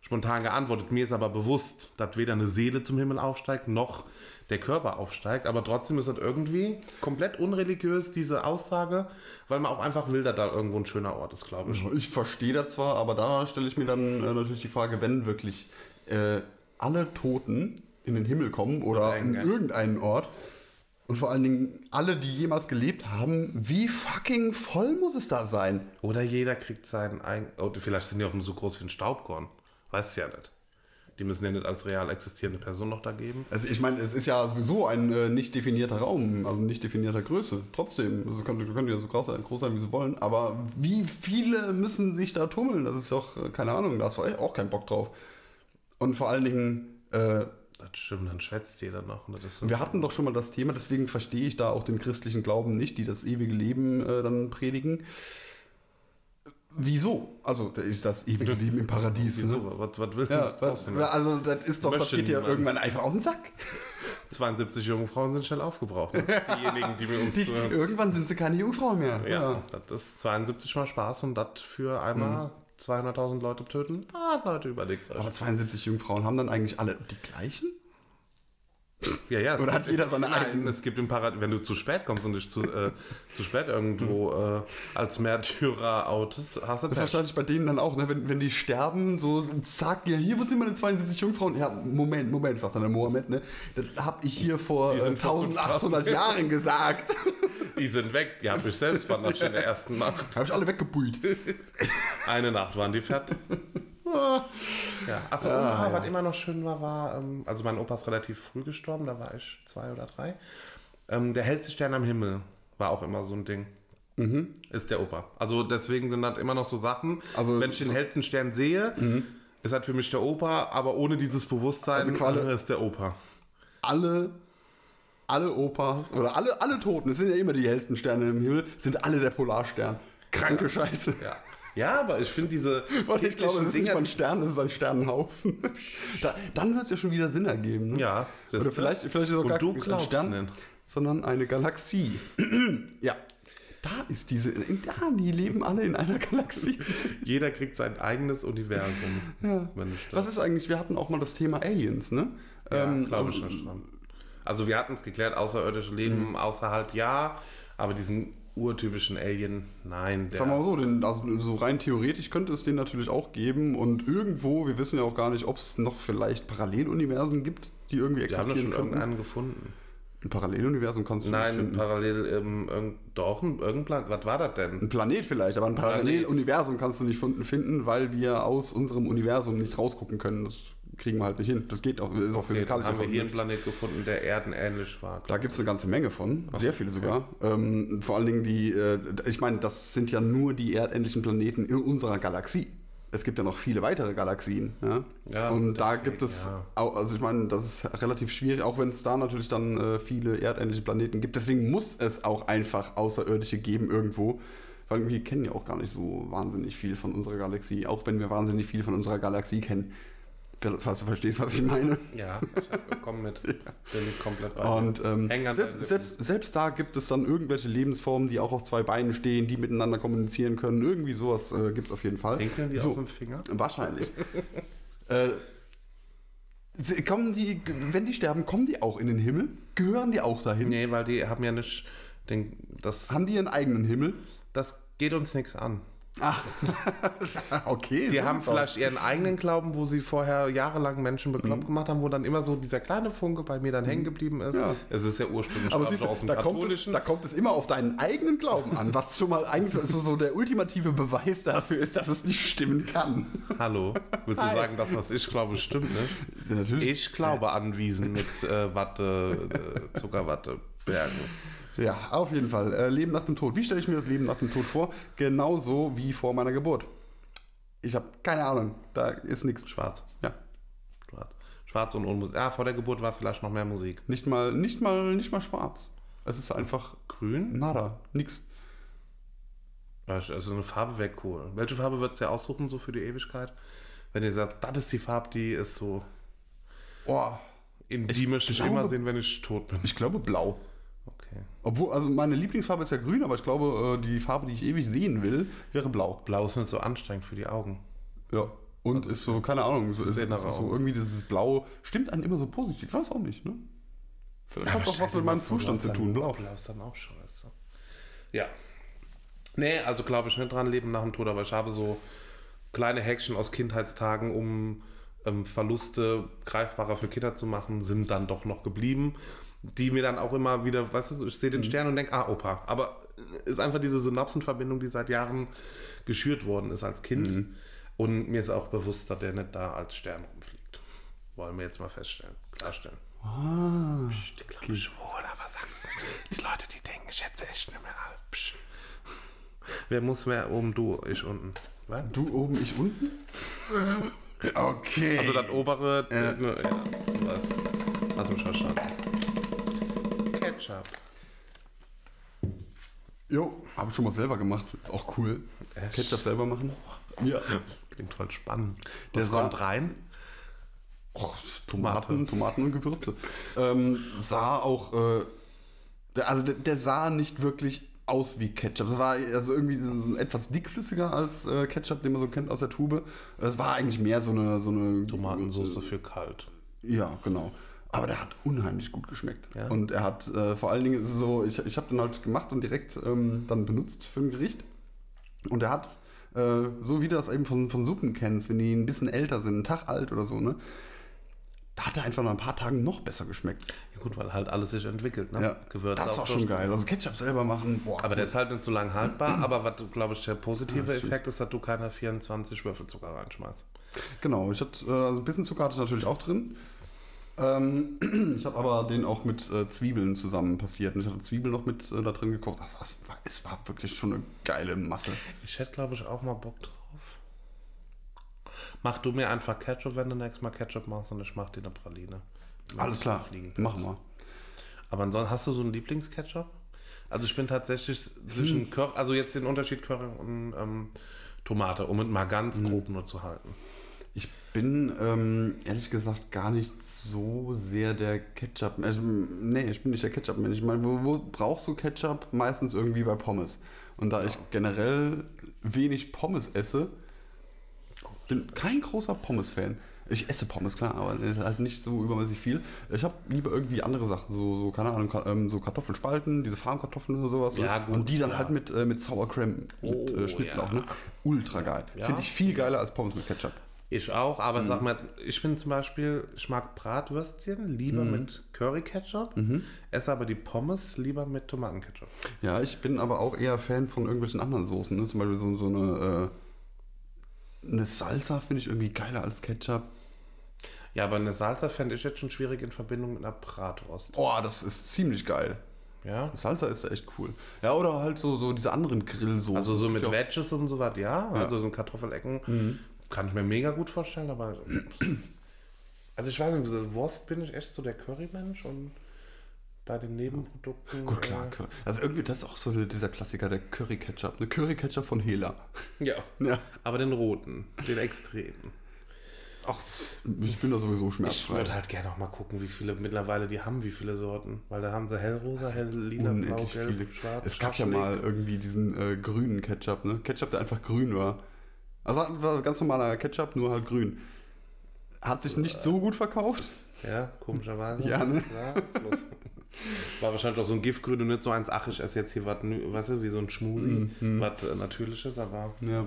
spontan geantwortet. Mir ist aber bewusst, dass weder eine Seele zum Himmel aufsteigt, noch der Körper aufsteigt. Aber trotzdem ist das irgendwie komplett unreligiös, diese Aussage, weil man auch einfach will, dass da irgendwo ein schöner Ort ist, glaube ich.
Ich verstehe das zwar, aber da stelle ich mir dann äh, natürlich die Frage, wenn wirklich äh, alle Toten in den Himmel kommen oder in
Irgendein-
irgendeinen Ort und vor allen Dingen alle, die jemals gelebt haben, wie fucking voll muss es da sein?
Oder jeder kriegt seinen eigenen. Oh, vielleicht sind die auch nur so groß wie ein Staubkorn. Weißt du ja nicht. Die müssen ja nicht als real existierende Person noch da geben.
Also ich meine, es ist ja sowieso ein äh, nicht definierter Raum, also nicht definierter Größe. Trotzdem, also könnte, könnte ja so groß sein, groß sein, wie sie wollen, aber wie viele müssen sich da tummeln? Das ist doch, äh, keine Ahnung, da hast du auch keinen Bock drauf. Und vor allen Dingen, äh,
Das stimmt, dann schwätzt jeder noch. Und das ist so.
Wir hatten doch schon mal das Thema, deswegen verstehe ich da auch den christlichen Glauben nicht, die das ewige Leben äh, dann predigen. Wieso? Also, da ist das ewige Leben im Paradies. Ne?
Wieso? Was, was willst du
Ja,
draußen?
also das ist doch, das
Möchte
geht ja
niemand.
irgendwann einfach auf den Sack.
72 junge Frauen sind schnell aufgebraucht. Ne? Diejenigen, die wir uns.
Die,
äh,
Irgendwann sind sie keine Jungfrau mehr.
ja, das ist 72 mal Spaß und das für einmal 200.000 Leute töten. Ah, Leute, überlegt euch.
Mhm. Aber 72 Jungfrauen haben dann eigentlich alle die gleichen?
Ja, ja. es
Oder
gibt-
hat jeder seine
Nein,
eigene?
es gibt im Paradies, wenn du zu spät kommst und dich zu, äh, zu spät irgendwo äh, als Märtyrer outest, hast du
Mhm. Das ist
Pech.
wahrscheinlich bei denen dann auch, ne? wenn, wenn die sterben, so zack, ja, hier, wo sind meine 72 Jungfrauen? Ja, Moment, Moment, sagt dann der Mohammed, ne? Das hab ich hier vor
Die
äh,
sind vor
1800 Jahren gesagt.
Die sind weg. Die haben mich selbst vernascht in der ersten Nacht.
Habe ich alle weggebuht.
Eine Nacht waren die fett. ja. Achso,
Ah,
Oma, was immer noch schön war, war, ähm, also mein Opa ist relativ früh gestorben, da war ich zwei oder drei. Ähm, der hellste Stern am Himmel war auch immer so ein Ding.
Mhm.
Ist der Opa. Also deswegen sind das immer noch so Sachen.
Also- Mhm.
wenn ich den hellsten Stern sehe, ist halt für mich der Opa, aber ohne dieses
Also
Bewusstsein
quasi-
äh, ist der Opa.
Alle, alle Opas oder alle, alle Toten, es sind ja immer die hellsten Sterne im Himmel, sind alle der Polarstern. Kranke Scheiße.
Ja. Ja, aber ich finde diese
Weil ich glaube, es ist nicht
Dinger-
mal ein Stern, es ist ein Sternenhaufen. da, dann wird es ja schon wieder Sinn ergeben. Ne?
Ja, siehst
Oder
du?
vielleicht, vielleicht ist es auch
Und
gar
du
kein
glaubst
Stern,
nicht.
sondern eine Galaxie. ja. Da ist diese, da, die leben alle in einer Galaxie.
Jeder kriegt sein eigenes Universum. Wenn du stirbst.
Was ist eigentlich, wir hatten auch mal das Thema Aliens, ne?
Ja,
Ähm,
glaube
also-
ich nicht dran. Also wir hatten es geklärt, außerirdische
Mhm.
Leben außerhalb ja, aber diesen urtypischen Alien, nein, der
Sagen wir mal so, den, also so rein theoretisch könnte es den natürlich auch geben und irgendwo, wir wissen ja auch gar nicht, ob es noch vielleicht Paralleluniversen gibt, die irgendwie
wir haben doch schon
existieren können.
irgendeinen gefunden.
Ein Paralleluniversum kannst du
Nein,
nicht finden.
parallel im irgend, doch, ein- irgendein Plan. Was war das denn?
Ein Planet vielleicht, aber ein Paralleluniversum kannst du nicht finden, finden, weil wir aus unserem Universum nicht rausgucken können. Das kriegen wir halt nicht hin. Das geht auch, ist auch
Nee, dann
physikalisch.
haben wir
einfach
hier einen
nicht.
Planet gefunden, der erdenähnlich war.
Da gibt es eine ganze Menge von, sehr viele sogar. Ähm, vor allen Dingen die, äh, ich meine, das sind ja nur die erdähnlichen Planeten in unserer Galaxie. Es gibt ja noch viele weitere Galaxien. Ja?
Ja,
und da
deswegen,
gibt es,
ja.
au- also ich meine, das ist relativ schwierig, auch wenn es da natürlich dann äh, viele erdähnliche Planeten gibt. Deswegen muss es auch einfach Außerirdische geben irgendwo. Weil wir kennen ja auch gar nicht so wahnsinnig viel von unserer Galaxie, auch wenn wir wahnsinnig viel von unserer Galaxie kennen. Falls du verstehst, was ich meine.
Ja, ich hab, komm mit. Bin komplett bei dir.
Und ähm,
Häng an deinen
selbst,
Lippen.
selbst, selbst da gibt es dann irgendwelche Lebensformen, die auch auf zwei Beinen stehen, die miteinander kommunizieren können. Irgendwie sowas äh, gibt es auf jeden Fall.
Pinkeln die
so,
aus dem Finger?
Wahrscheinlich. äh, sie- kommen die, wenn die sterben, kommen die auch in den Himmel? Gehören die auch dahin?
Nee, weil die haben ja nicht den, das,
Haben die ihren eigenen Himmel?
das geht uns nichts an. Ah,
okay.
Die
so
haben
sieht's aus.
vielleicht ihren eigenen Glauben, wo sie vorher jahrelang Menschen
Mhm.
bekloppt gemacht haben, wo dann immer so dieser kleine Funke bei mir dann hängen geblieben ist.
Ja.
Es ist ja ursprünglich
Aber
auch
siehst
so aus
du,
dem
da kommt, es,
katholischen.
da kommt es immer auf deinen eigenen Glauben an, was schon mal eigentlich so, so der ultimative Beweis dafür ist, dass es nicht stimmen kann.
Hallo, willst du
Hi. Hm.
sagen, das, was ich glaube, stimmt nicht?
Ja, natürlich.
Ich glaube an Wiesen mit äh, Watte, äh, Zuckerwatte, Bergen.
Ja, auf jeden Fall. Äh, Leben nach dem Tod. Wie stelle ich mir das Leben nach dem Tod vor? Genauso wie vor meiner Geburt. Ich habe keine Ahnung. Da ist nichts.
Schwarz,
Ja.
schwarz. Schwarz und unmusik. Ah, vor der Geburt war vielleicht noch mehr Musik.
Nicht mal, nicht mal, nicht mal schwarz. Es ist einfach
Grün?
nada. Nix.
Also eine Farbe wäre cool. Welche Farbe würdest du dir aussuchen, so für die Ewigkeit? Wenn ihr sagt, das ist die Farbe, die ist so,
Boah.
in die möchte ich
glaube-
immer sehen, wenn ich tot bin.
Ich glaube blau.
Okay. okay.
Obwohl, also meine Lieblingsfarbe ist ja grün, aber ich glaube, äh, die Farbe, die ich ewig sehen will, wäre blau.
Blau ist nicht so anstrengend für die Augen.
Ja. Und ist so, keine Ahnung, so, ist, ist
innere
so
Auge.
irgendwie dieses Blau stimmt einen immer so positiv. Ich weiß auch nicht, ne? Vielleicht hat es auch was mit meinem Zustand zu tun,
Blau.
blau.
Blau ist dann auch scheiße. Ja. Nee, also glaube ich nicht dran, Leben nach dem Tod, aber ich habe so kleine Häkchen aus Kindheitstagen, um ähm, Verluste greifbarer für Kinder zu machen, sind dann doch noch geblieben. Die mir dann auch immer wieder, weißt du, ich sehe
Mhm.
den Stern und denke, ah, Opa. Aber äh, ist einfach diese Synapsenverbindung, die seit Jahren geschürt worden ist als Kind.
Mhm.
Und mir ist auch bewusst, dass der nicht da als Stern rumfliegt. Wollen wir jetzt mal feststellen, klarstellen.
Ah.
Psst, ich glaube schwul, aber sag's. Die Leute, die denken, ich schätze echt nicht mehr alle. Psst. Wer muss wer oben? Du, ich unten. Was?
Du oben, ich unten? Okay.
Also das obere. Äh, ne, ja, du weißt. Hast du mich verstanden? Ketchup.
Jo, habe ich schon mal selber gemacht. Ist auch cool.
Echt?
Ketchup selber machen. Ja.
Klingt voll spannend.
Der
Das
sah-
kommt rein.
Och, Tomaten, Tomaten und Gewürze. Ähm, sah auch, äh, der- also der, der sah nicht wirklich aus wie Ketchup. Es war also irgendwie so so etwas dickflüssiger als äh, Ketchup, den man so kennt aus der Tube. Es war eigentlich mehr so eine, so eine
Tomatensauce für kalt.
Ja, genau. Aber der hat unheimlich gut geschmeckt.
Ja.
Und er hat äh, vor allen Dingen so, ich, ich habe den halt gemacht und direkt ähm, dann benutzt für ein Gericht. Und er hat, äh, so wie du das eben von, von Suppen kennst, wenn die ein bisschen älter sind, einen Tag alt oder so, ne? Da hat er einfach nach ein paar Tagen noch besser geschmeckt.
Ja gut, weil halt alles sich entwickelt, ne?
Ja,
Gewürze
das war
auch
schon
durch.
geil. Also Ketchup selber machen, boah.
Aber der ist halt nicht so lang haltbar. Aber was, glaube ich, der positive Effekt ist, dass du keine 24 Würfel Zucker reinschmeißt.
Genau, ich hatte, äh, also ein bisschen Zucker hatte ich natürlich auch drin. Ähm, ich habe aber den auch mit äh, Zwiebeln zusammen passiert. Und ich hatte Zwiebeln noch mit äh, da drin gekocht. Das, das war, es war wirklich schon eine geile Masse.
Ich hätte, glaube ich, auch mal Bock drauf. Mach du mir einfach Ketchup, wenn du nächstes Mal Ketchup machst und ich mach dir eine Praline.
Alles klar,
Fliegen.
machen wir.
Aber ansonsten, hast du so einen Lieblingsketchup? Also ich bin tatsächlich zwischen
Hm.
Curry, also jetzt den Unterschied Curry und ähm, Tomate, um es mal ganz
Hm.
grob nur zu halten.
Ich bin ähm, ehrlich gesagt gar nicht so sehr der Ketchup. Also, nee, ich bin nicht der Ketchup-Mensch. Ich meine, wo, wo brauchst du Ketchup? Meistens irgendwie bei Pommes. Und da ich generell wenig Pommes esse, bin kein großer Pommes-Fan. Ich esse Pommes, klar, aber halt nicht so übermäßig viel. Ich habe lieber irgendwie andere Sachen, so, so keine Ahnung, Ka- ähm, so Kartoffelspalten, diese Farmkartoffeln oder sowas.
Ja,
ne?
gut,
und die dann
ja.
halt mit, äh, mit Sour Cream, mit
Oh,
äh, Schnittlauch,
ja.
ne? Ultra geil.
Ja.
Finde ich viel geiler als Pommes mit Ketchup.
Ich auch,
Hm.
aber sag mal, ich bin zum Beispiel, ich mag Bratwürstchen lieber
Hm.
mit Curry-Ketchup,
Mhm.
esse aber die Pommes lieber mit Tomatenketchup.
Ja, ich bin aber auch eher Fan von irgendwelchen anderen Soßen. Ne? Zum Beispiel so, so eine, äh, eine Salsa finde ich irgendwie geiler als Ketchup.
Ja, aber eine Salsa fände ich jetzt schon schwierig in Verbindung mit einer Bratwurst.
Oh, das ist ziemlich geil.
Ja?
Salsa ist echt cool. Ja, oder halt so, so diese anderen Grillsoßen.
Also so
Es
mit
gibt ja auch-
Wedges und so was, ja. Also so ein Kartoffelecken
Mhm.
kann ich mir mega gut vorstellen, aber. Also ich weiß nicht, diese Wurst bin ich echt so der Curry-Mensch und bei den Nebenprodukten.
Gut, klar. Curry. Also irgendwie das ist auch so dieser Klassiker, der Curry-Ketchup. Eine Curry-Ketchup von Hela.
Äh, ja.
Ja.
Aber den roten, den extremen.
Ach, ich bin da sowieso
Ich
schmerzfrei.
würde halt gerne auch mal gucken, wie viele mittlerweile die haben, wie viele Sorten. Weil da haben sie hellrosa, hell, lila, blau,
Unendlich
gelb,
viele.
schwarz.
es gab ja
schaschlik.
mal irgendwie diesen äh, grünen Ketchup, ne? Ketchup, der einfach grün war. Also war ganz normaler Ketchup, nur halt grün. Hat sich nicht so gut verkauft.
Ja, komischerweise.
Ja, ne?
Ja, ist los. War wahrscheinlich auch so ein Giftgrün und nicht so eins, ach, ich esse jetzt hier was, nü- weißt du, wie so ein Schmusi,
Mhm.
was äh, Natürliches, aber.
Ja.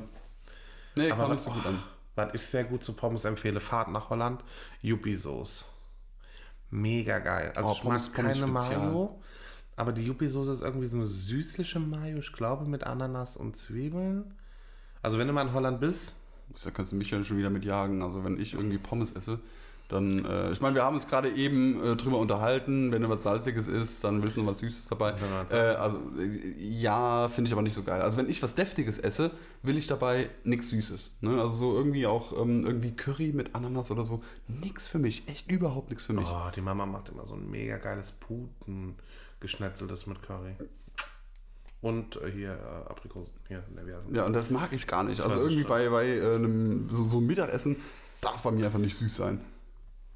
Nee,
Aber
kam
was-
nicht so gut an.
Was ich sehr gut zu Pommes empfehle, Fahrt nach Holland, Yuppie-Sauce. Mega geil. Also
Oh,
ich
Pommes-
mag
Pommes
keine
Spezial.
Mayo, aber die Yuppie-Sauce ist irgendwie so eine süßliche Mayo, ich glaube mit Ananas und Zwiebeln. Also wenn du mal in Holland bist,
Da kannst du mich ja schon wieder mit jagen. Also wenn ich irgendwie Pommes esse, dann, äh, ich meine, wir haben uns gerade eben äh, drüber unterhalten, wenn du was Salziges isst, dann willst du noch was Süßes dabei.
Wenn man was
Äh, also äh, ja, finde ich aber nicht so geil. Also wenn ich was Deftiges esse, will ich dabei nichts Süßes. Ne? Also so irgendwie auch ähm, irgendwie Curry mit Ananas oder so, nix für mich. Echt überhaupt nichts für mich.
oh, die Mama macht immer so ein mega geiles Puten geschnetzeltes mit Curry. Und äh, hier äh, Aprikosen, hier, ne, wie heißt
Ja, und das mag ich gar nicht. Also
Weiß ich
irgendwie
schon.
bei, bei äh, einem so, so einem Mittagessen darf bei mir einfach nicht süß sein.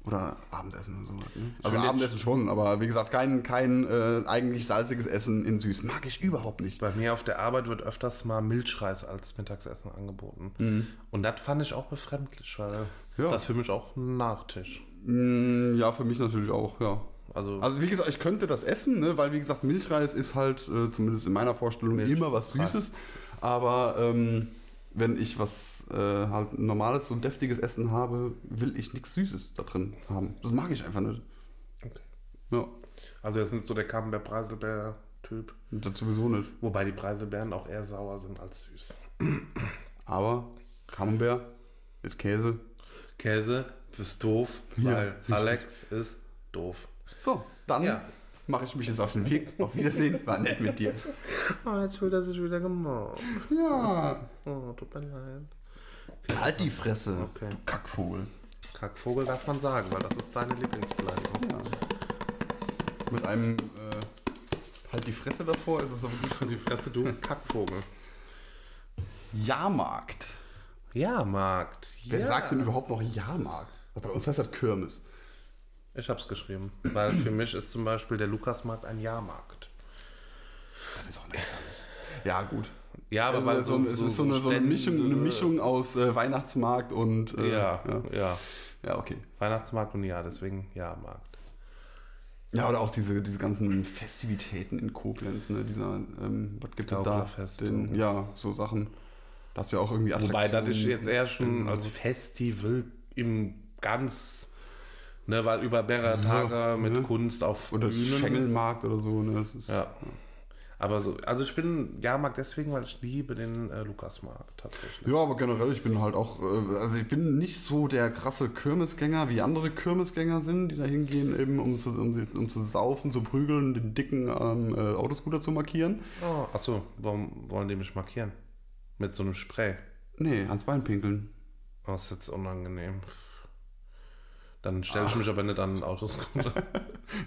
Oder Abendessen und so. Ne? Also
find jetzt-
Abendessen schon, aber wie gesagt, kein, kein äh, eigentlich salziges Essen in süß. Mag ich überhaupt nicht.
Bei mir auf der Arbeit wird öfters mal Milchreis als Mittagessen angeboten. Und das fand ich auch befremdlich, weil
Ja.
das für mich auch ein Nachtisch.
Mm, ja, für mich natürlich auch, ja.
Also,
Also wie gesagt, ich könnte das essen, ne? weil wie gesagt, Milchreis ist halt, äh, zumindest in meiner Vorstellung,
Milch-
immer was
Reis.
Süßes. Aber ähm, wenn ich was äh, halt normales und deftiges Essen habe, will ich nichts Süßes da drin haben. Das mag ich einfach nicht.
okay.
Ja,
also jetzt nicht so der Camembert-Preiselbeer-Typ.
das sowieso nicht.
Wobei die Preiselbeeren auch eher sauer sind als süß.
Aber Camembert ist Käse.
Käse ist doof,
Ja,
weil
richtig.
Alex ist doof.
So, dann
Ja.
mache ich mich jetzt auf den Weg. Auf Wiedersehen. War nett mit dir.
Oh, jetzt fühlt er sich wieder gemobbt.
Ja.
Oh, tut mir leid.
Halt die Fresse,
Okay.
du Kackvogel.
Kackvogel darf man sagen, weil das ist deine Lieblingsbeleidigung.
Ja. Mit einem äh, halt die Fresse davor ist es so wirklich
Die Fresse, du Kackvogel.
Jahrmarkt.
Ja, Markt.
Wer
ja.
sagt denn überhaupt noch Jahrmarkt? Bei uns heißt das Kirmes.
Ich hab's geschrieben, weil für mich ist zum Beispiel der Lukasmarkt ein Jahrmarkt.
Das ist auch nicht Kirmes. Ja, gut.
Ja, aber
Also,
weil
so, es ist so eine, so eine,
Stände-
Mischung, eine Mischung aus äh, Weihnachtsmarkt und. Äh,
Ja,
ja.
ja,
Ja, okay.
Weihnachtsmarkt und ja, deswegen Jahrmarkt.
Ja, oder auch diese, diese ganzen Festivitäten in Koblenz, ne? Dieser, ähm, was gibt es da?
Gauklerfest
Den,
und-
ja, so Sachen. Das ist ja auch irgendwie
Wobei, das ist
Attraktionen.
jetzt eher schon als Festival im ganz, ne, weil über mehrere Tage mit
ne?
Kunst auf
Oder
Bühnen.
Schengelmarkt oder so, ne? Das ist,
Ja. Aber so, also ich bin Jahrmarkt deswegen, weil ich liebe den äh, Lukasmarkt tatsächlich.
Ja, aber generell, ich bin halt auch, äh, also ich bin nicht so der krasse Kirmesgänger, wie andere Kirmesgänger sind, die da hingehen, eben um zu, um, sie- um zu saufen, zu prügeln, den dicken ähm, äh, Autoscooter zu markieren.
Oh, achso, warum wollen die mich markieren? Mit so einem Spray.
Nee, ans Bein pinkeln.
Oh, ist jetzt unangenehm. Dann stelle ich mich aber nicht an den Autoscooter.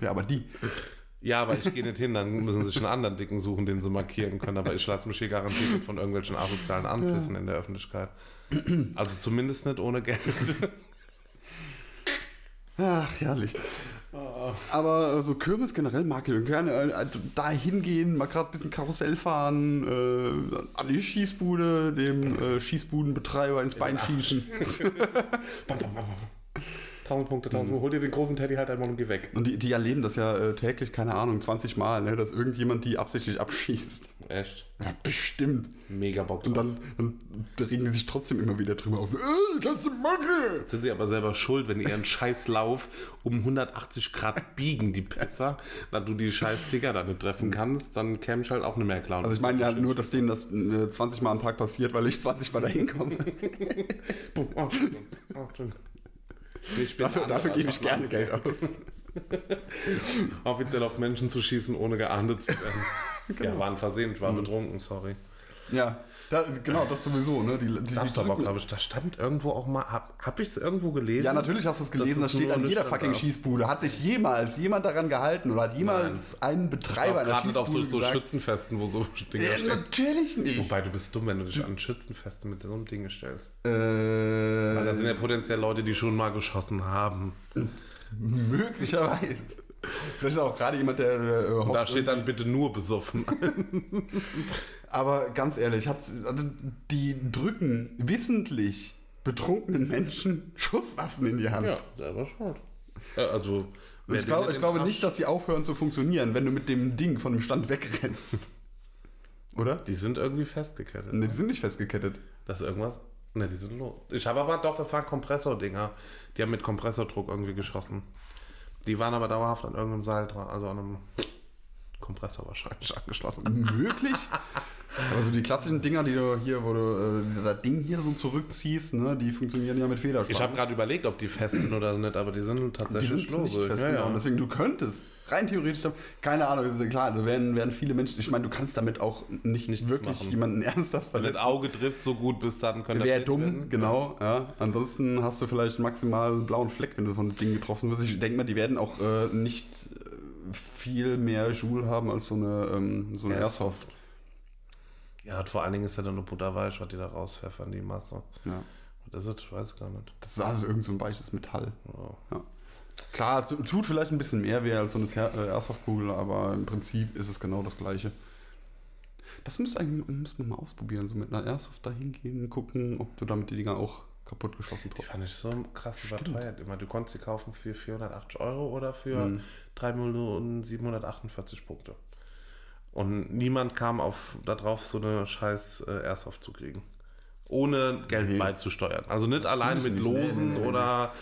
Ja, aber die.
ja, aber ich gehe nicht hin, dann müssen sie sich einen anderen Dicken suchen, den sie markieren können. Aber ich lasse mich hier garantiert nicht von irgendwelchen asozialen Anpissen in der Öffentlichkeit. Also zumindest nicht ohne Geld.
Ach, herrlich. Aber äh, so Kirmes generell mag ich gerne äh, da hingehen, mal gerade ein bisschen Karussell fahren, äh, an die Schießbude, dem äh, Schießbudenbetreiber ins Bein schießen.
1000 Punkte, 1000 Hol dir den großen Teddy halt einmal und geh weg.
Und die, die erleben das ja äh, täglich, keine Ahnung, 20 Mal, ne, dass irgendjemand die absichtlich abschießt.
Echt.
Ja, bestimmt.
Mega Bock
Und
drauf.
dann, dann regen die sich trotzdem immer wieder drüber auf. So, äh, das ist eine Macke!
Jetzt sind sie aber selber schuld, wenn die ihren Scheißlauf um 180 Grad biegen, die Pässer, weil du die scheiß Digger da nicht treffen kannst, dann käme ich halt auch nicht mehr klauen.
Also ich meine ja nur, dass denen das äh, 20 Mal am Tag passiert, weil ich 20 Mal dahin komme.
Oh, Entschuldigung. Oh, Entschuldigung. Ich bin
Dafür,
anderer
dafür gebe ich
Fachmann.
gerne Geld aus.
Offiziell auf Menschen zu schießen, ohne geahndet zu werden. Ja, war ein Versehen, ich war betrunken, sorry.
Ja, das, genau, das sowieso. Ne? Die, die, die
Darfst du aber,
drücken-
glaube ich, da stand irgendwo auch mal, hab, hab ich es irgendwo gelesen?
ja, natürlich hast du es gelesen, das,
ist
steht
nur
an
eine
jeder fucking
Standard-
Schießbude. Hat sich jemals jemand daran gehalten oder hat jemals einen
Aber
Betreiber einer
Gerade nicht auf so,
Schießbude
so
gesagt?
Schützenfesten, wo so Dinger
äh,
stehen.
natürlich nicht.
Wobei, du bist dumm, wenn du dich an Schützenfeste mit so einem Ding stellst.
Äh,
Weil da sind ja potenziell Leute, die schon mal geschossen haben.
möglicherweise. Vielleicht ist auch gerade jemand, der äh, hofft,
Da steht dann bitte nur besoffen.
Aber ganz ehrlich, hat's, also die drücken wissentlich betrunkenen Menschen Schusswaffen in die Hand.
selber schuld. Äh, also,
Und ich, glaub, ich glaube nicht, dass sie aufhören zu funktionieren, wenn du mit dem Ding von dem Stand wegrennst. Oder?
Die sind irgendwie festgekettet.
Ne, die sind nicht festgekettet.
Das ist irgendwas. Ne, die sind los. Ich habe aber doch, das waren Kompressordinger. Die haben mit Kompressordruck irgendwie geschossen. Die waren aber dauerhaft an irgendeinem Seil dran, also an einem Kompressor wahrscheinlich angeschlossen.
Möglich? Aber so die klassischen Dinger, die du hier, wo du äh, das Ding hier so zurückziehst, ne, die funktionieren ja mit
Ich habe
Federspann.
gerade überlegt, ob die fest sind oder nicht, aber die sind
Die
tatsächlich
sind nicht
lose.
fest,
ja,
genau.
ja.
Deswegen, du könntest rein theoretisch, keine Ahnung, also klar, da werden, werden viele Menschen, ich meine, du kannst damit auch nicht
Nichts
wirklich
machen.
jemanden ernsthaft
Wenn
verletzen.
das Auge trifft so gut, bis dann könnte
Wäre
das
dumm,
werden.
genau. Ja. Ansonsten hast du vielleicht maximal einen blauen Fleck, wenn du von dem Ding getroffen wirst. Ich denke mal, die werden auch äh, nicht äh, viel mehr Joule haben als so eine, ähm, so eine Airsoft.
Airsoft. Ja, und vor allen Dingen ist ja dann eine Butterweich, was die da rauspfeffern, die Masse.
Ja.
Das ist, ich weiß gar nicht.
Das ist also irgend so ein weiches Metall.
Oh.
Ja. Klar, es tut vielleicht ein bisschen mehr weh als so eine Ker- äh, Ernsthaftkugel, aber im Prinzip ist es genau das Gleiche. Das müsste eigentlich müsste man mal ausprobieren, so mit einer Airsoft da hingehen, gucken, ob du damit die Dinger auch kaputt geschossen
Die
bekommst.
fand ich so krass überteuert immer. Du konntest sie kaufen für 480 Euro oder für
Mhm.
3.748 Punkte. Und niemand kam auf, darauf, so eine scheiß äh, Airsoft zu kriegen. Ohne Geld
Nee.
beizusteuern. Also nicht allein mit
nicht.
Losen
Nee, nee, nee,
oder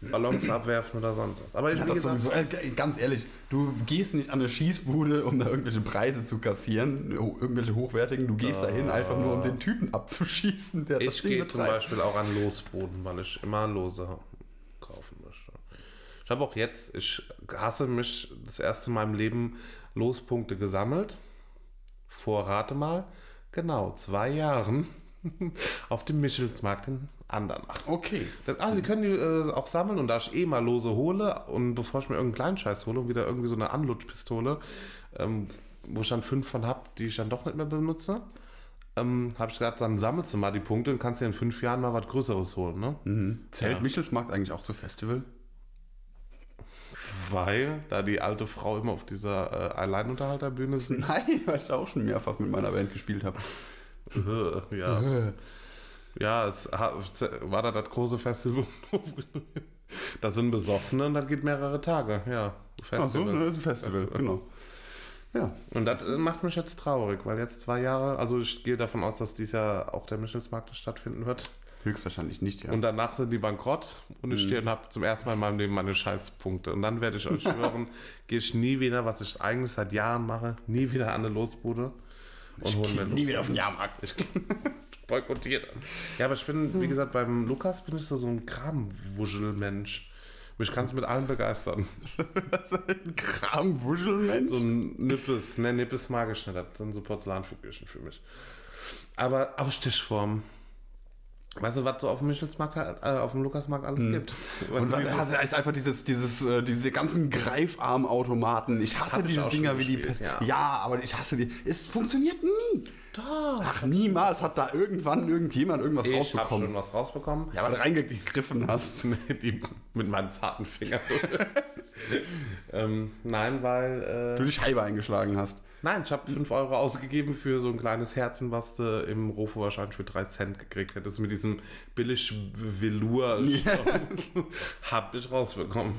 Ballons abwerfen oder sonst was. Aber ich,
Ja,
wie
das
gesagt,
sowieso, äh, g- ganz ehrlich, du gehst nicht an eine Schießbude, um da irgendwelche Preise zu kassieren, ho- irgendwelche hochwertigen. Du gehst dahin einfach nur, um den Typen abzuschießen, der das
ich
Ding
gehe zum
betreibt.
Beispiel auch an Losboden, weil ich immer Lose kaufen möchte. Ich habe auch jetzt, ich hasse mich das erste Mal im Leben Lospunkte gesammelt. Vorrate mal, genau, zwei Jahren auf dem Michelsmarkt in Andernach.
Okay.
Das, ah, sie können die äh, auch sammeln und da ich eh mal lose hole und bevor ich mir irgendeinen kleinen Scheiß hole und wieder irgendwie so eine Anlutschpistole, ähm, wo ich dann fünf von habe, die ich dann doch nicht mehr benutze, ähm, habe ich gedacht, dann sammelst du mal die Punkte und kannst dir in fünf Jahren mal was Größeres holen, ne?
Mhm. Zählt Michelsmarkt eigentlich auch zu Festival?
Weil da die alte Frau immer auf dieser äh, Alleinunterhalterbühne ist.
Nein, weil ich da auch schon mehrfach mit meiner Band gespielt habe.
Äh,
Mhm.
ja. ja, es ha- war da das große Festival. da sind Besoffene und das geht mehrere Tage, ja.
Ach so,
Festival.
ne, ist ein Festival, genau. Ja,
Und das äh, macht mich jetzt traurig, weil jetzt zwei Jahre, also ich gehe davon aus, dass dies Jahr auch der Michelsmarkt stattfinden wird.
höchstwahrscheinlich nicht, ja. Mhm.
Und danach sind die bankrott und ich stehe und habe zum ersten Mal in meinem Leben meine Scheißpunkte. Und dann werde ich euch schwören, gehe ich nie wieder, was ich eigentlich seit Jahren mache, nie wieder an eine Losbude und hole mir
wieder auf den Jahrmarkt.
ich boykottiere. Ja, aber ich bin, wie gesagt, beim Lukas bin ich so, so ein Kramwuschelmensch. Mich kannst mit allem begeistern.
Ein Kramwuschelmensch.
So ein Nippes, ne, Nippes magisch nicht. Das sind so Porzellanfigürchen für mich. Aber auch Stichform. Weißt du, was so auf dem Michelsmarkt, halt- äh, auf dem Lukasmarkt alles gibt? Weißt
Hm. Und
du,
was,
dieses-
also ist einfach dieses, dieses, äh, diese ganzen Greifarmautomaten. Ich hasse
Hab ich
diese
auch schon
Dinger wie die
gespielt,
Pest. Ja.
ja.
aber ich hasse die. Es funktioniert nie.
Doch.
Ach, niemals hat da irgendwann irgendjemand irgendwas
ich habe schon
rausbekommen.
was rausbekommen.
Ja, weil du reingegriffen hast.
Die, mit meinen zarten Fingern. ähm, nein, weil.
Du
Äh,
die Scheibe eingeschlagen hast.
nein, ich habe 5 Euro ausgegeben für so ein kleines Herzen, was du im Rofo wahrscheinlich für 3 Cent gekriegt hättest. Mit diesem billig Velour. hab ich rausbekommen.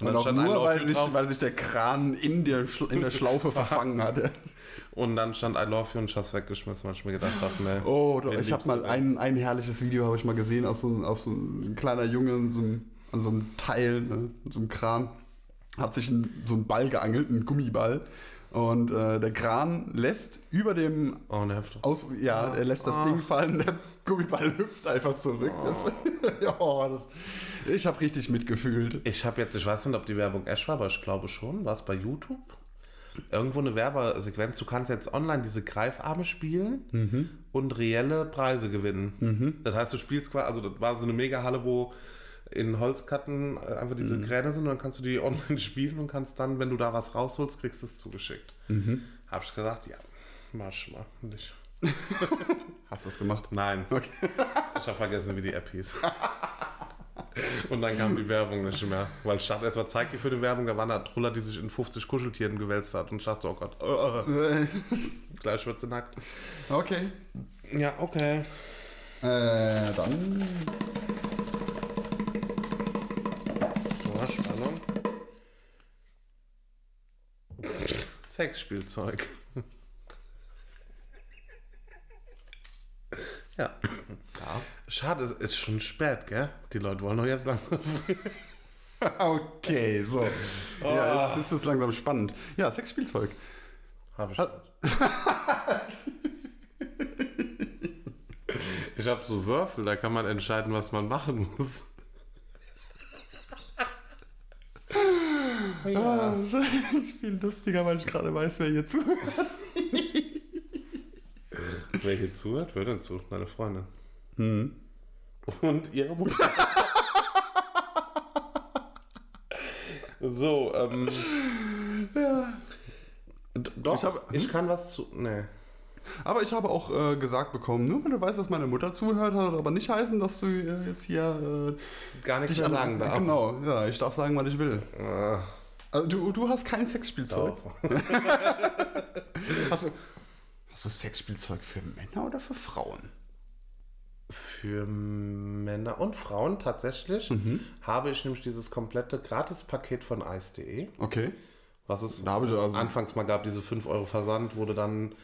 Und,
dann
auch
stand ein
nur, weil,
Love You
nicht,
drauf.
weil sich der Kran in der, Schl in der Schlaufe verfangen hatte.
Und dann stand I love you und ich hab's weggeschmissen, weil ich mir gedacht habe, ne.
Oh, doch,
wen
ich habe
liebst
mal
du?
ein, ein herrliches Video habe ich mal gesehen auf so, einem- auf so ein kleiner Junge in so einem, an so einem Teil, ne, in so einem Kran, hat sich ein, so einen Ball geangelt, einen Gummiball. Und äh, der Kran lässt über dem
Oh, ne, hab doch-
aus, ja, er lässt das
Ah. Oh.
Ding fallen, der Gummiball hüpft einfach zurück. Das, ja, oh, das, ich habe richtig mitgefühlt.
Ich habe jetzt, ich weiß nicht, ob die Werbung Ash war, aber ich glaube schon. War es bei YouTube? Irgendwo eine Werbesequenz. Du kannst jetzt online diese Greifarme spielen und reelle Preise gewinnen. Das heißt, du spielst quasi, also das war so eine Mega-Halle, wo in Holzkatten äh, einfach diese Kräne sind und dann kannst du die online spielen und kannst dann, wenn du da was rausholst, kriegst du es zugeschickt. Hab ich gedacht, ja, mach ich mal. Nicht.
Hast du das gemacht?
Nein. Ich habe vergessen, wie die App hieß. Und dann kam die Werbung nicht mehr. Weil ich dachte, erstmal zeigt die für die Werbung, da war eine Truller, die sich in 50 Kuscheltieren gewälzt hat. Und ich dachte, so, oh Gott, äh, äh, gleich wird sie nackt.
Okay.
Ja, okay.
Äh, dann
So, Spannung. Sexspielzeug. Ja. Schade, es ist schon spät, gell? Die Leute wollen doch jetzt langsam.
Okay, so. Ja, jetzt, jetzt wird es langsam spannend. Ja, Sexspielzeug.
Hab ich. ich habe so Würfel, da kann man entscheiden, was man machen muss.
Ah, ich bin lustiger, weil ich gerade weiß, wer hier zuhört.
Wer hier zuhört, wer denn zuhört? Meine Freundin. Hm. Und ihre Mutter. so, ähm. d- Doch,
Ich
ich,
hab-
kann was zu. Nee.
Aber ich habe auch äh, gesagt bekommen, nur wenn du weißt, dass meine Mutter zuhört, hat das aber nicht heißen, dass du äh, jetzt hier
Gar
äh,
nichts mehr
an-
sagen darf.
Genau, ja, ich darf sagen, was ich will.
Äh,
Also du, du hast kein Sexspielzeug.
doch.
Hast du, hast du Sexspielzeug für Männer oder für Frauen?
Für Männer und Frauen tatsächlich habe ich nämlich dieses komplette Gratispaket von Eis.de,
Okay.
was es
Da habe ich also.
anfangs mal gab, diese 5 Euro Versand, wurde dann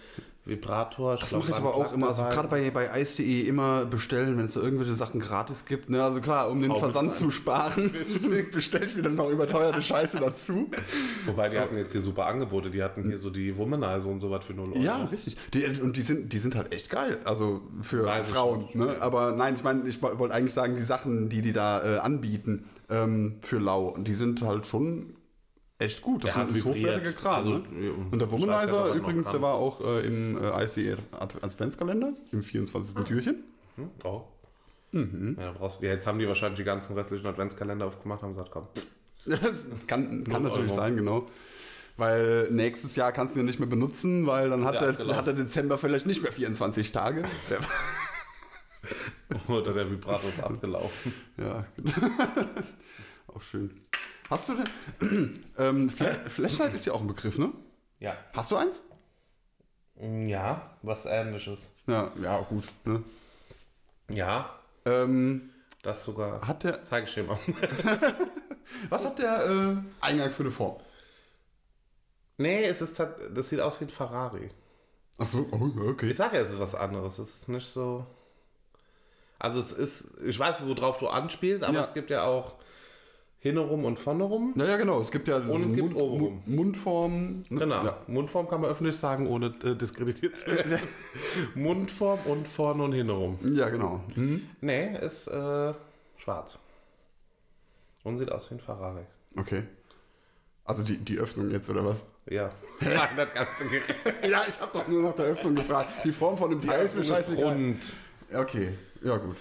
Vibrator,
Das mache ich aber auch immer, also gerade bei, bei Eis.de immer bestellen, wenn es da irgendwelche Sachen gratis gibt. Ne? Also klar, um den
Hau
Versand
mit
zu sparen, bestelle ich mir dann noch überteuerte Scheiße dazu.
Wobei die hatten jetzt hier super Angebote, die hatten hier so die Womanizer und sowas für 0 Euro.
Ja, richtig. Die, und die sind, die sind halt echt geil, also für
Weiß ich
Frauen.
nicht.
Ne? Aber nein, ich meine, ich wollte eigentlich sagen, die Sachen, die die da äh, anbieten ähm, für Lau, die sind halt schon echt gut. Das
Der
sind
hat vibriert.
hochwertige Kram.
Also,
ne?
ja,
Und
ich weiß gar nicht, ob
der Womanizer
er noch
übrigens, der
dran
war auch äh, im äh, ICE Ad- Adventskalender, im 24. Türchen.
Hm? Oh.
Mhm.
Ja, brauchst, ja, jetzt haben die wahrscheinlich die ganzen restlichen Adventskalender aufgemacht und haben gesagt, komm.
Das kann, kann
Null
natürlich
Euro.
sein, genau. Weil nächstes Jahr kannst du ihn nicht mehr benutzen, weil dann hat
ja genau.
der,
abgelaufen.
hat der Dezember vielleicht nicht mehr 24 Tage. Der,
Oder der Vibrator ist abgelaufen.
ja, genau. auch schön. Hast du denn. ähm, Fla- Flashlight ist ja auch ein Begriff, ne?
Ja. Mm,
Hast du eins?
Ja, was ähnliches.
Ja, ja gut. Ne?
Ja,
Ähm,
das sogar.
hat der,
Zeige ich dir mal.
was hat der äh, Eingang für eine Form?
nee, es ist tat- das sieht aus wie ein Ferrari.
Achso, oh, okay.
Ich sage ja, es ist was anderes. Es ist nicht so. Also es ist, ich weiß, worauf du anspielst, aber
Ja.
es gibt ja auch hinne rum und vorne rum.
Naja, genau. Es gibt ja so
es gibt
Mund,
Ohrwurm.
Mund- Mundformen. ne?
Genau.
Ja.
Mundform kann man öffentlich sagen, ohne äh, diskreditiert zu werden. Mundform und vorne und hinne rum.
ja, genau. Mhm.
Nee, ist äh, schwarz. Und sieht aus wie ein Ferrari.
Okay. Also die, die Öffnung jetzt, oder was?
Ja. Nein, das ganze Gerät.
Ja, ich habe doch nur nach der Öffnung gefragt. Die Form von dem Teil ist mir scheißegal.
rund.
Okay, ja gut.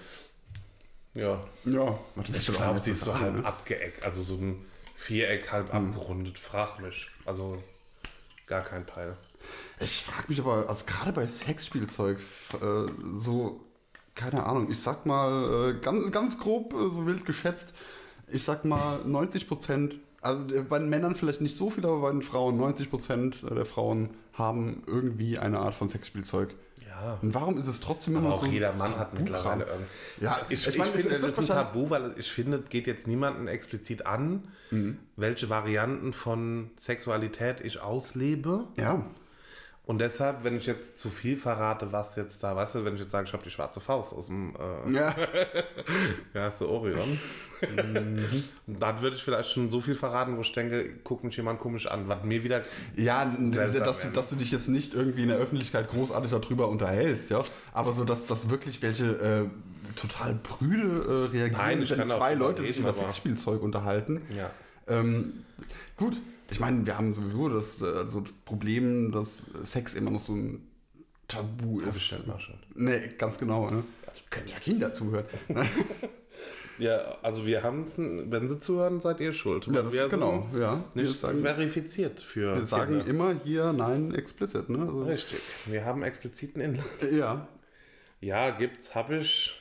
Ja.
Ja, warte,
Ich
willst du doch
glaube,
jetzt
die ist so
sagen,
halb
ne? Hm.
abgeeckt, also so ein Viereck halb abgerundet. Frag mich. Also gar kein Peil.
Ich frage mich aber, also gerade bei Sexspielzeug, äh, so, keine Ahnung, ich sag mal, äh, ganz, ganz grob, äh, so wild geschätzt, ich sag mal 90 Prozent, also äh, bei den Männern vielleicht nicht so viel, aber bei den Frauen, 90 Prozent der Frauen haben irgendwie eine Art von Sexspielzeug.
Ja.
Und warum ist es trotzdem immer
Aber auch
so?
jeder Mann hat
Tabu-Kram?
mittlerweile irgend.
Ja,
Ich,
ich,
ich,
meine, äh, es,
finde, das
es wird
ist ein
wahrscheinlich.
Tabu, weil ich finde, es geht jetzt niemanden explizit an,
Mhm.
welche Varianten von Sexualität ich auslebe.
Ja,
Und deshalb, wenn ich jetzt zu viel verrate, was jetzt da, weißt du, wenn ich jetzt sage, ich habe die schwarze Faust aus dem äh,
ja.
wie heißt der Orion,
Mhm.
dann würde ich vielleicht schon so viel verraten, wo ich denke, guckt mich jemand komisch an, was mir wieder
Ja, n-
Seltsam
dass du,
werden.
dass du dich jetzt nicht irgendwie in der Öffentlichkeit großartig darüber unterhältst, ja. Aber so, dass, dass wirklich welche äh, total prüde äh, reagieren,
Nein, ich
wenn
kann auch
zwei
drüber
Leute sich
reden,
über
aber-
Sexspielzeug unterhalten.
Ja.
Ähm, gut, ich meine, wir haben sowieso das, äh, so das Problem, dass Sex immer noch so ein Tabu ist.
Bestellt mal schon.
Nee, ganz genau. Ne? Können ja Kinder zuhören.
Ja, also wir haben es, wenn sie zuhören, seid ihr schuld.
ja, das
wir
ist genau. Ja,
sind
wir
Nicht
sagen,
verifiziert für.
wir sagen
Kinder.
immer hier nein, explicit. Ne? Also,
Richtig. Wir haben expliziten Inhalt.
ja,
Ja, gibt's, hab ich.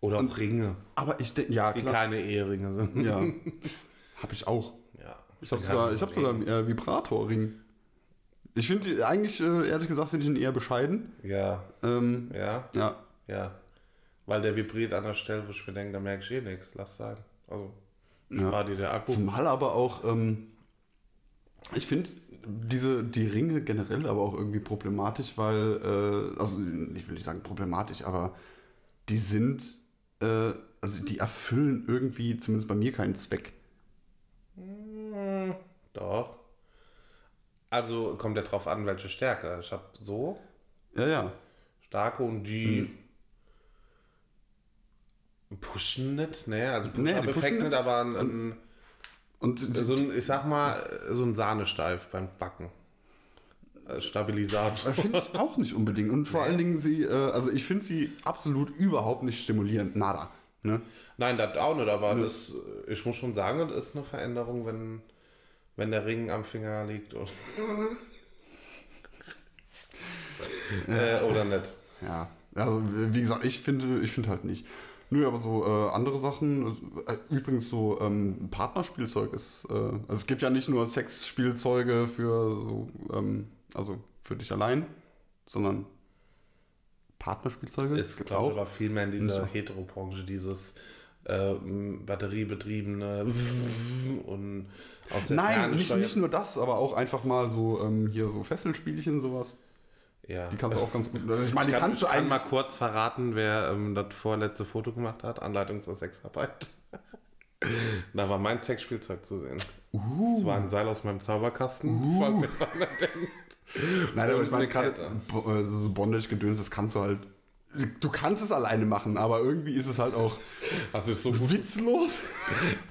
Oder auch Ringe,
aber ich denke, ja,
die
klar.
keine Eheringe sind.
Ja. Habe ich auch.
Ja.
Ich habe sogar, ich hab sogar einen äh, Vibratorring. Ich finde, eigentlich, äh, ehrlich gesagt, finde ich ihn eher bescheiden.
Ja,
Ähm,
ja,
ja.
ja. Weil der vibriert an der Stelle, wo ich mir denke, da merke ich eh nichts. Lass sein. Also,
Ja.
war dir der Akku.
Zumal aber auch, ähm, ich finde diese die Ringe generell aber auch irgendwie problematisch, weil, äh, also ich will nicht sagen problematisch, aber die sind, äh, also die erfüllen irgendwie zumindest bei mir keinen Zweck.
Doch. Also kommt ja drauf an, welche Stärke. Ich habe so
Ja, ja.
starke und die pushen nicht, ne? Also
Nee, die
pushen
pushen
nicht,
nicht.
aber ein, ein,
Und äh, die,
so ein, ich sag mal, so ein Sahnesteif beim Backen. Äh, Stabilisator.
Finde ich auch nicht unbedingt. Und vor allen Dingen sie, äh, also ich finde sie absolut überhaupt nicht stimulierend. Nada. Ne?
Nein, das auch nicht, aber das, ich muss schon sagen, das ist eine Veränderung, wenn, wenn der Ring am Finger liegt. Und Äh, oder nicht.
Ja, also wie gesagt, ich finde ich find halt nicht. Nö, aber so äh, andere Sachen, also, äh, übrigens so ähm, Partnerspielzeug ist, äh, also es gibt ja nicht nur Sexspielzeuge für so, ähm, also für dich allein, sondern Partnerspielzeuge
Es gibt auch aber viel mehr in dieser Heterobranche dieses ähm, batteriebetriebene und aus der
Nein,
Ferne
nicht,
steuern-
nicht nur das, aber auch einfach mal so ähm, hier so Fesselspielchen, sowas.
ja.
Die kannst du auch ganz gut. Also ich meine,
ich
die
kann,
kannst du
ich kann mal
einmal.
kurz verraten, wer ähm, das vorletzte Foto gemacht hat, Anleitung zur Sexarbeit. da war mein Sexspielzeug zu sehen.
Uh.
Es war ein Seil aus meinem Zauberkasten, falls jetzt einer denkt.
Nein, aber ich meine,
eine
gerade
Kette.
Bo- äh, so Bondage-Gedöns, das kannst du halt. Du kannst es alleine machen, aber irgendwie ist es halt auch
Das ist so gut.
witzlos.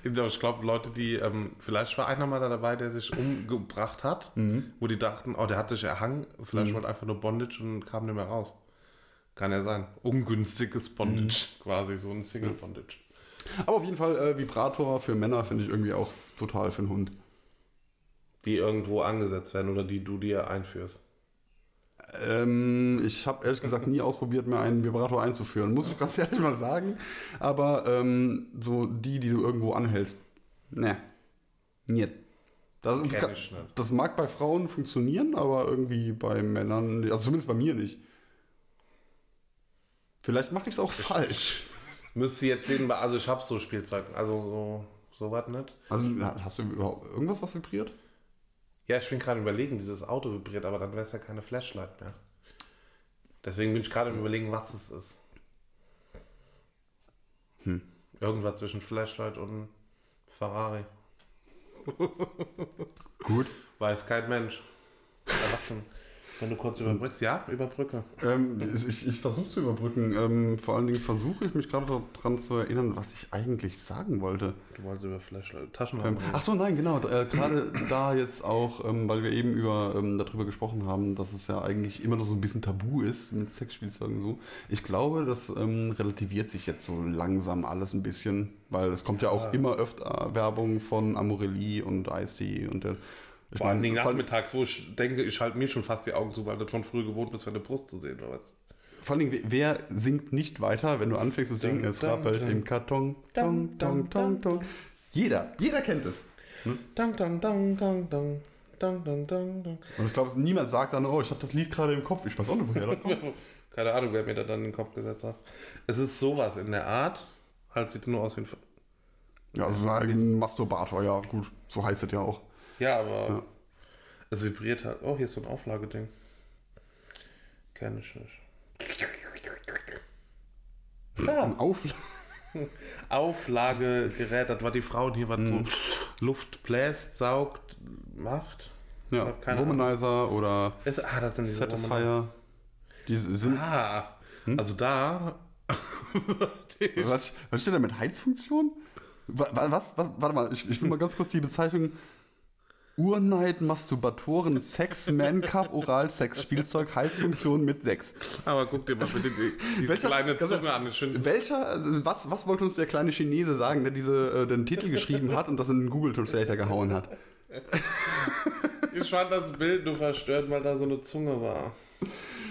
Ich glaube, Leute, die, ähm, vielleicht war einer mal da dabei, der sich umgebracht hat, wo die dachten, oh, der hat sich erhangen, vielleicht wollte einfach nur Bondage und kam nicht mehr raus. Kann ja sein. Ungünstiges Bondage, quasi so ein Single-Bondage.
Aber auf jeden Fall, äh, Vibrator für Männer finde ich irgendwie auch total für einen Hund.
Die irgendwo angesetzt werden oder die du dir einführst.
Ähm, ich habe ehrlich gesagt nie ausprobiert, mir einen Vibrator einzuführen, muss ich ganz ehrlich mal sagen. Aber ähm, so die, die du irgendwo anhältst, ne, nicht. Das,
Kenn
ka-
ich nicht.
das mag bei Frauen funktionieren, aber irgendwie bei Männern, also zumindest bei mir nicht. Vielleicht mache ich es auch falsch.
Müsste jetzt sehen, also ich habe so Spielzeug, also so, so was nicht.
Also hast du überhaupt irgendwas, was vibriert?
Ja, ich bin gerade überlegen, dieses Auto vibriert, aber dann wäre es ja keine Flashlight mehr. Deswegen bin ich gerade im Überlegen, was es ist. Irgendwas zwischen Flashlight und Ferrari.
Gut.
Weiß kein Mensch. Erwachsen. Wenn du kurz überbrückst. Ja, überbrücke.
Ähm, ich ich versuche zu überbrücken. Ähm, vor allen Dingen versuche ich mich gerade daran zu erinnern, was ich eigentlich sagen wollte.
Du wolltest über Flashlight. Taschenlampe.
Ähm, ach so, nein, genau. Äh, Gerade da jetzt auch, ähm, weil wir eben über, ähm, darüber gesprochen haben, dass es ja eigentlich immer noch so ein bisschen tabu ist mit Sexspielzeugen so. Ich glaube, das ähm, relativiert sich jetzt so langsam alles ein bisschen, weil es kommt ja, auch immer öfter Werbung von Amorelie und Ice-T und der. Ich
vor allen
meine,
Dingen
vor,
nachmittags, wo ich denke, ich halte mir schon fast die Augen zu, weil du von früh gewohnt bist, meine Brust zu sehen. Oder was?
vor allen Dingen, wer singt nicht weiter, wenn du anfängst zu singen?
Dum,
Es
dum,
rappelt
dum.
im Karton.
Dum,
Tong,
dum,
tong,
dum,
tong, tong. Jeder, jeder kennt es.
Dang, dang, dang, dang, dang. Dang, dang, dang, dang.
Und ich glaube, niemand sagt dann, oh, ich habe das Lied gerade im Kopf. Ich weiß auch nicht, woher das kommt.
Keine Ahnung, wer mir da dann in den Kopf gesetzt hat. Es ist sowas in der Art. Halt sieht nur aus wie ein. F
Ja, es war ein Masturbator, ja, gut. So heißt es ja auch.
ja, aber.
Ja.
Es vibriert halt. Oh, hier ist so ein Auflageding. Kenn ich nicht.
Ein Aufla
Auflagegerät, das war die Frau, die was so Luft bläst, saugt, macht. Ich
ja,
hab keine
Womanizer oder
Es, ah, das sind diese Roman-
Satisfier. Die sind.
Ah, also da.
Was, was steht da mit Heizfunktion? Wa- wa- Was, was, warte mal, ich, ich will mal ganz kurz die Bezeichnung. Urneid, Masturbatoren, Sex, Man Cup, Oralsex, Spielzeug, Heizfunktion mit Sex.
Aber guck dir mal bitte die, diese
Welcher-
kleine
das-
Zunge an. Ich finde
Welcher, also was, was wollte uns der kleine Chinese sagen, der diese, äh, den Titel geschrieben hat und das in den Google Translator gehauen hat?
Ich fand das Bild nur verstört, weil da so eine Zunge war.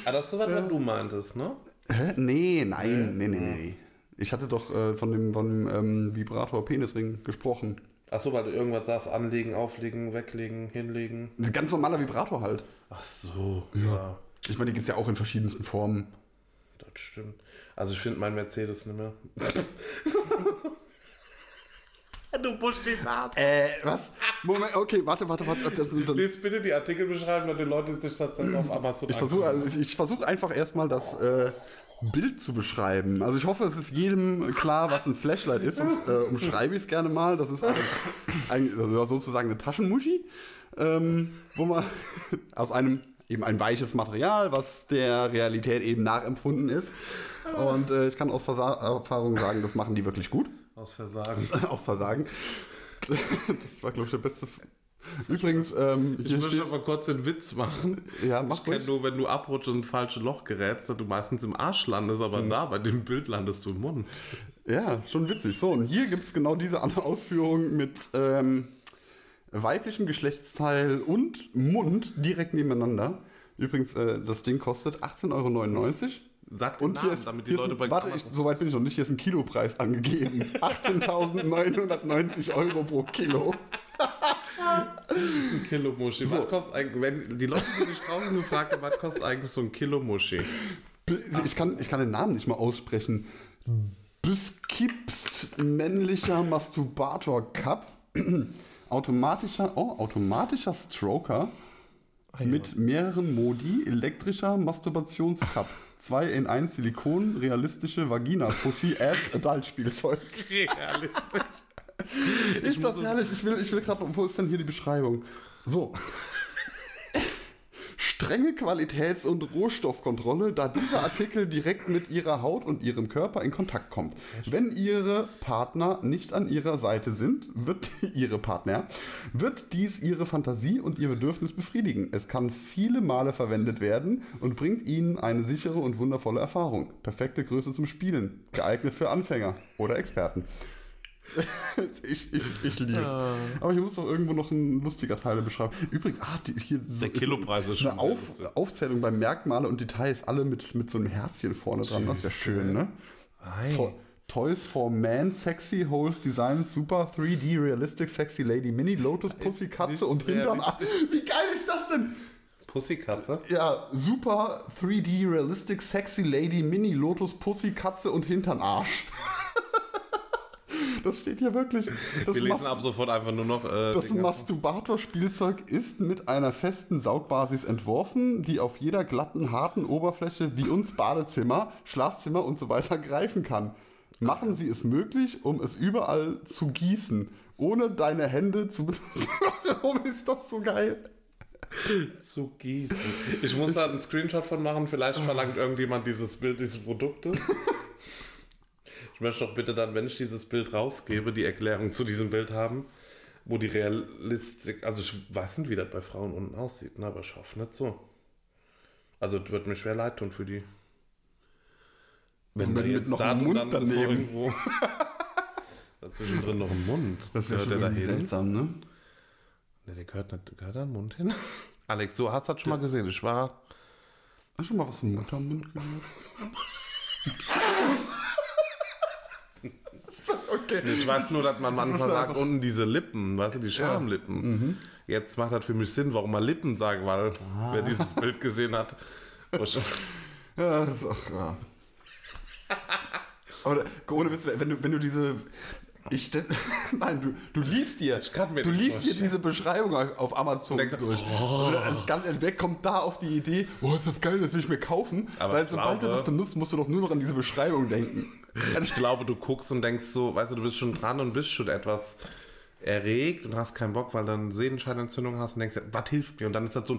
Ah, das ist so was, was du meintest, ne?
Hä? Nee, nein, nee, nee, nee. nee. Ich hatte doch äh, von dem, von dem ähm, Vibrator-Penisring gesprochen.
Achso, weil du irgendwas sagst, anlegen, auflegen, weglegen, hinlegen.
Ein ganz normaler Vibrator halt.
Ach so, ja.
Ich meine, die gibt es ja auch in verschiedensten Formen.
Das stimmt. Also ich finde meinen Mercedes nicht mehr. du buschst die Nase.
Äh, was? Moment, okay, warte, warte, warte. Das, sind dann,
Lies bitte die Artikelbeschreibung und die Leute sich tatsächlich auf Amazon
ich versuche
angucken.
also ich- ich versuch einfach erstmal das äh, Bild zu beschreiben. Also ich hoffe, es ist jedem klar, was ein Flashlight ist. Sonst äh, umschreibe ich es gerne mal. Das ist ein, ein, also sozusagen eine Taschenmuschi, ähm, wo man aus einem eben ein weiches Material, was der Realität eben nachempfunden ist. Und äh, ich kann aus Versa Erfahrung sagen, das machen die wirklich gut.
Aus Versagen.
aus Versagen. Das war, glaube ich, der beste. F Übrigens, ähm,
Ich
hier
möchte
steht.
noch mal kurz den Witz machen.
Ja, mach
Ich kenne
ruhig.
nur, wenn du abrutschst und ins falsche Loch gerätst, dass du meistens im Arsch landest, aber da, bei dem Bild landest du im Mund.
Ja, schon witzig. So, und hier gibt es genau diese andere Ausführung mit ähm, weiblichem Geschlechtsteil und Mund direkt nebeneinander. Übrigens, äh, das Ding kostet 18,99 Euro.
Sag den
Und
Namen,
hier ist,
damit die
hier
Leute
ist
bei
ein, Warte, ich, so weit bin ich noch nicht. Hier ist ein Kilopreis angegeben. 18.990 Euro pro Kilo.
ein Kilo Muschi.
So.
Was kostet eigentlich, wenn die Leute, die sich draußen gefragt haben, was kostet eigentlich so ein Kilo Muschi?
Ich kann, ich kann den Namen nicht mal aussprechen. Biskipst männlicher Masturbator Cup. Automatischer, oh, automatischer Stroker mit mehreren Modi, elektrischer Masturbationscup. 2 in 1 Silikon, realistische Vagina, Pussy, Ass, Adult-Spielzeug.
Realistisch.
Ist das herrlich? Ich will, ich will gerade, wo ist denn hier die Beschreibung? So. Strenge Qualitäts- und Rohstoffkontrolle, da dieser Artikel direkt mit ihrer Haut und ihrem Körper in Kontakt kommt. Wenn ihre Partner nicht an ihrer Seite sind, wird ihre Partner, wird dies ihre Fantasie und ihr Bedürfnis befriedigen. Es kann viele Male verwendet werden und bringt ihnen eine sichere und wundervolle Erfahrung. Perfekte Größe zum Spielen, geeignet für Anfänger oder Experten. Ich, ich, ich liebe. es. Aber ich muss doch irgendwo noch ein lustiger Teil beschreiben. Übrigens, ah, die, hier so-
Der Kilopreis ist schon
eine
sehr
Auf,
lustig.
Aufzählung bei Merkmale und Details, alle mit, mit so einem Herzchen vorne dran. Das ist ja
Süß,
schön, ne?
Ei.
To Toys for Man, Sexy Holes Design, Super 3D Realistic Sexy Lady Mini, Lotus Pussy Katze und
mehr
Hintern. Wie geil ist das denn?
Pussykatze?
Ja, Super 3D Realistic Sexy Lady Mini Lotus Pussy Katze und Hintern Arsch. Das steht hier wirklich. Das
Wir lesen
Mast-
ab sofort einfach nur noch. Äh,
das
Dinge.
Masturbatorspielzeug ist mit einer festen Saugbasis entworfen, die auf jeder glatten, harten Oberfläche wie uns Badezimmer, Schlafzimmer und so weiter greifen kann. Machen Sie es möglich, um es überall zu gießen, ohne deine Hände zu benutzen. Warum ist das so geil?
zu gießen. Ich muss da einen Screenshot von machen. Vielleicht verlangt irgendjemand dieses Bild dieses Produktes. Ich möchte doch bitte dann, wenn ich dieses Bild rausgebe, die Erklärung zu diesem Bild haben, wo die Realistik, also ich weiß nicht, wie das bei Frauen unten aussieht, ne? aber ich hoffe nicht so. Also es wird mir schwer leid tun für die.
Und
da
mit- mit
jetzt
noch einem
Daten
Mund
dann ist noch
daneben.
irgendwo- Dazwischen drin noch ein Mund. Gehört der da hin?
ne?
Ne, der gehört, nicht, gehört da ein Mund hin. Alex, du hast das schon mal gesehen. Ich war.
Hast du schon mal was vom Muttermund gehört? okay.
Ich weiß nur, dass man manchmal
musst
sagt,
einfach-
unten diese Lippen, weißt du, die Schamlippen.
Mhm.
Jetzt macht das für mich Sinn, warum man Lippen sagt, weil
Ah.
wer dieses Bild gesehen hat, wahrscheinlich-
Ja, das ist auch ja. Aber da- ohne Witz, wenn du, wenn du diese. Ich stell, Nein, du, du liest dir.
Ich kann mir
du
das
liest dir
vorstellen. oh.
diese Beschreibung auf, auf Amazon
Und denkst du,
durch. Und dann Ganz entweg kommt da auf die Idee, oh, ist das geil, das will ich mir kaufen.
Aber
Weil
ich
sobald du
glaube-
das benutzt, musst du doch nur noch an diese Beschreibung denken. Also,
ich glaube, du guckst und denkst so, weißt du, du bist schon dran und bist schon etwas erregt und hast keinen Bock, weil du eine Sehenscheidenentzündung hast und denkst, was hilft mir? Und dann ist das so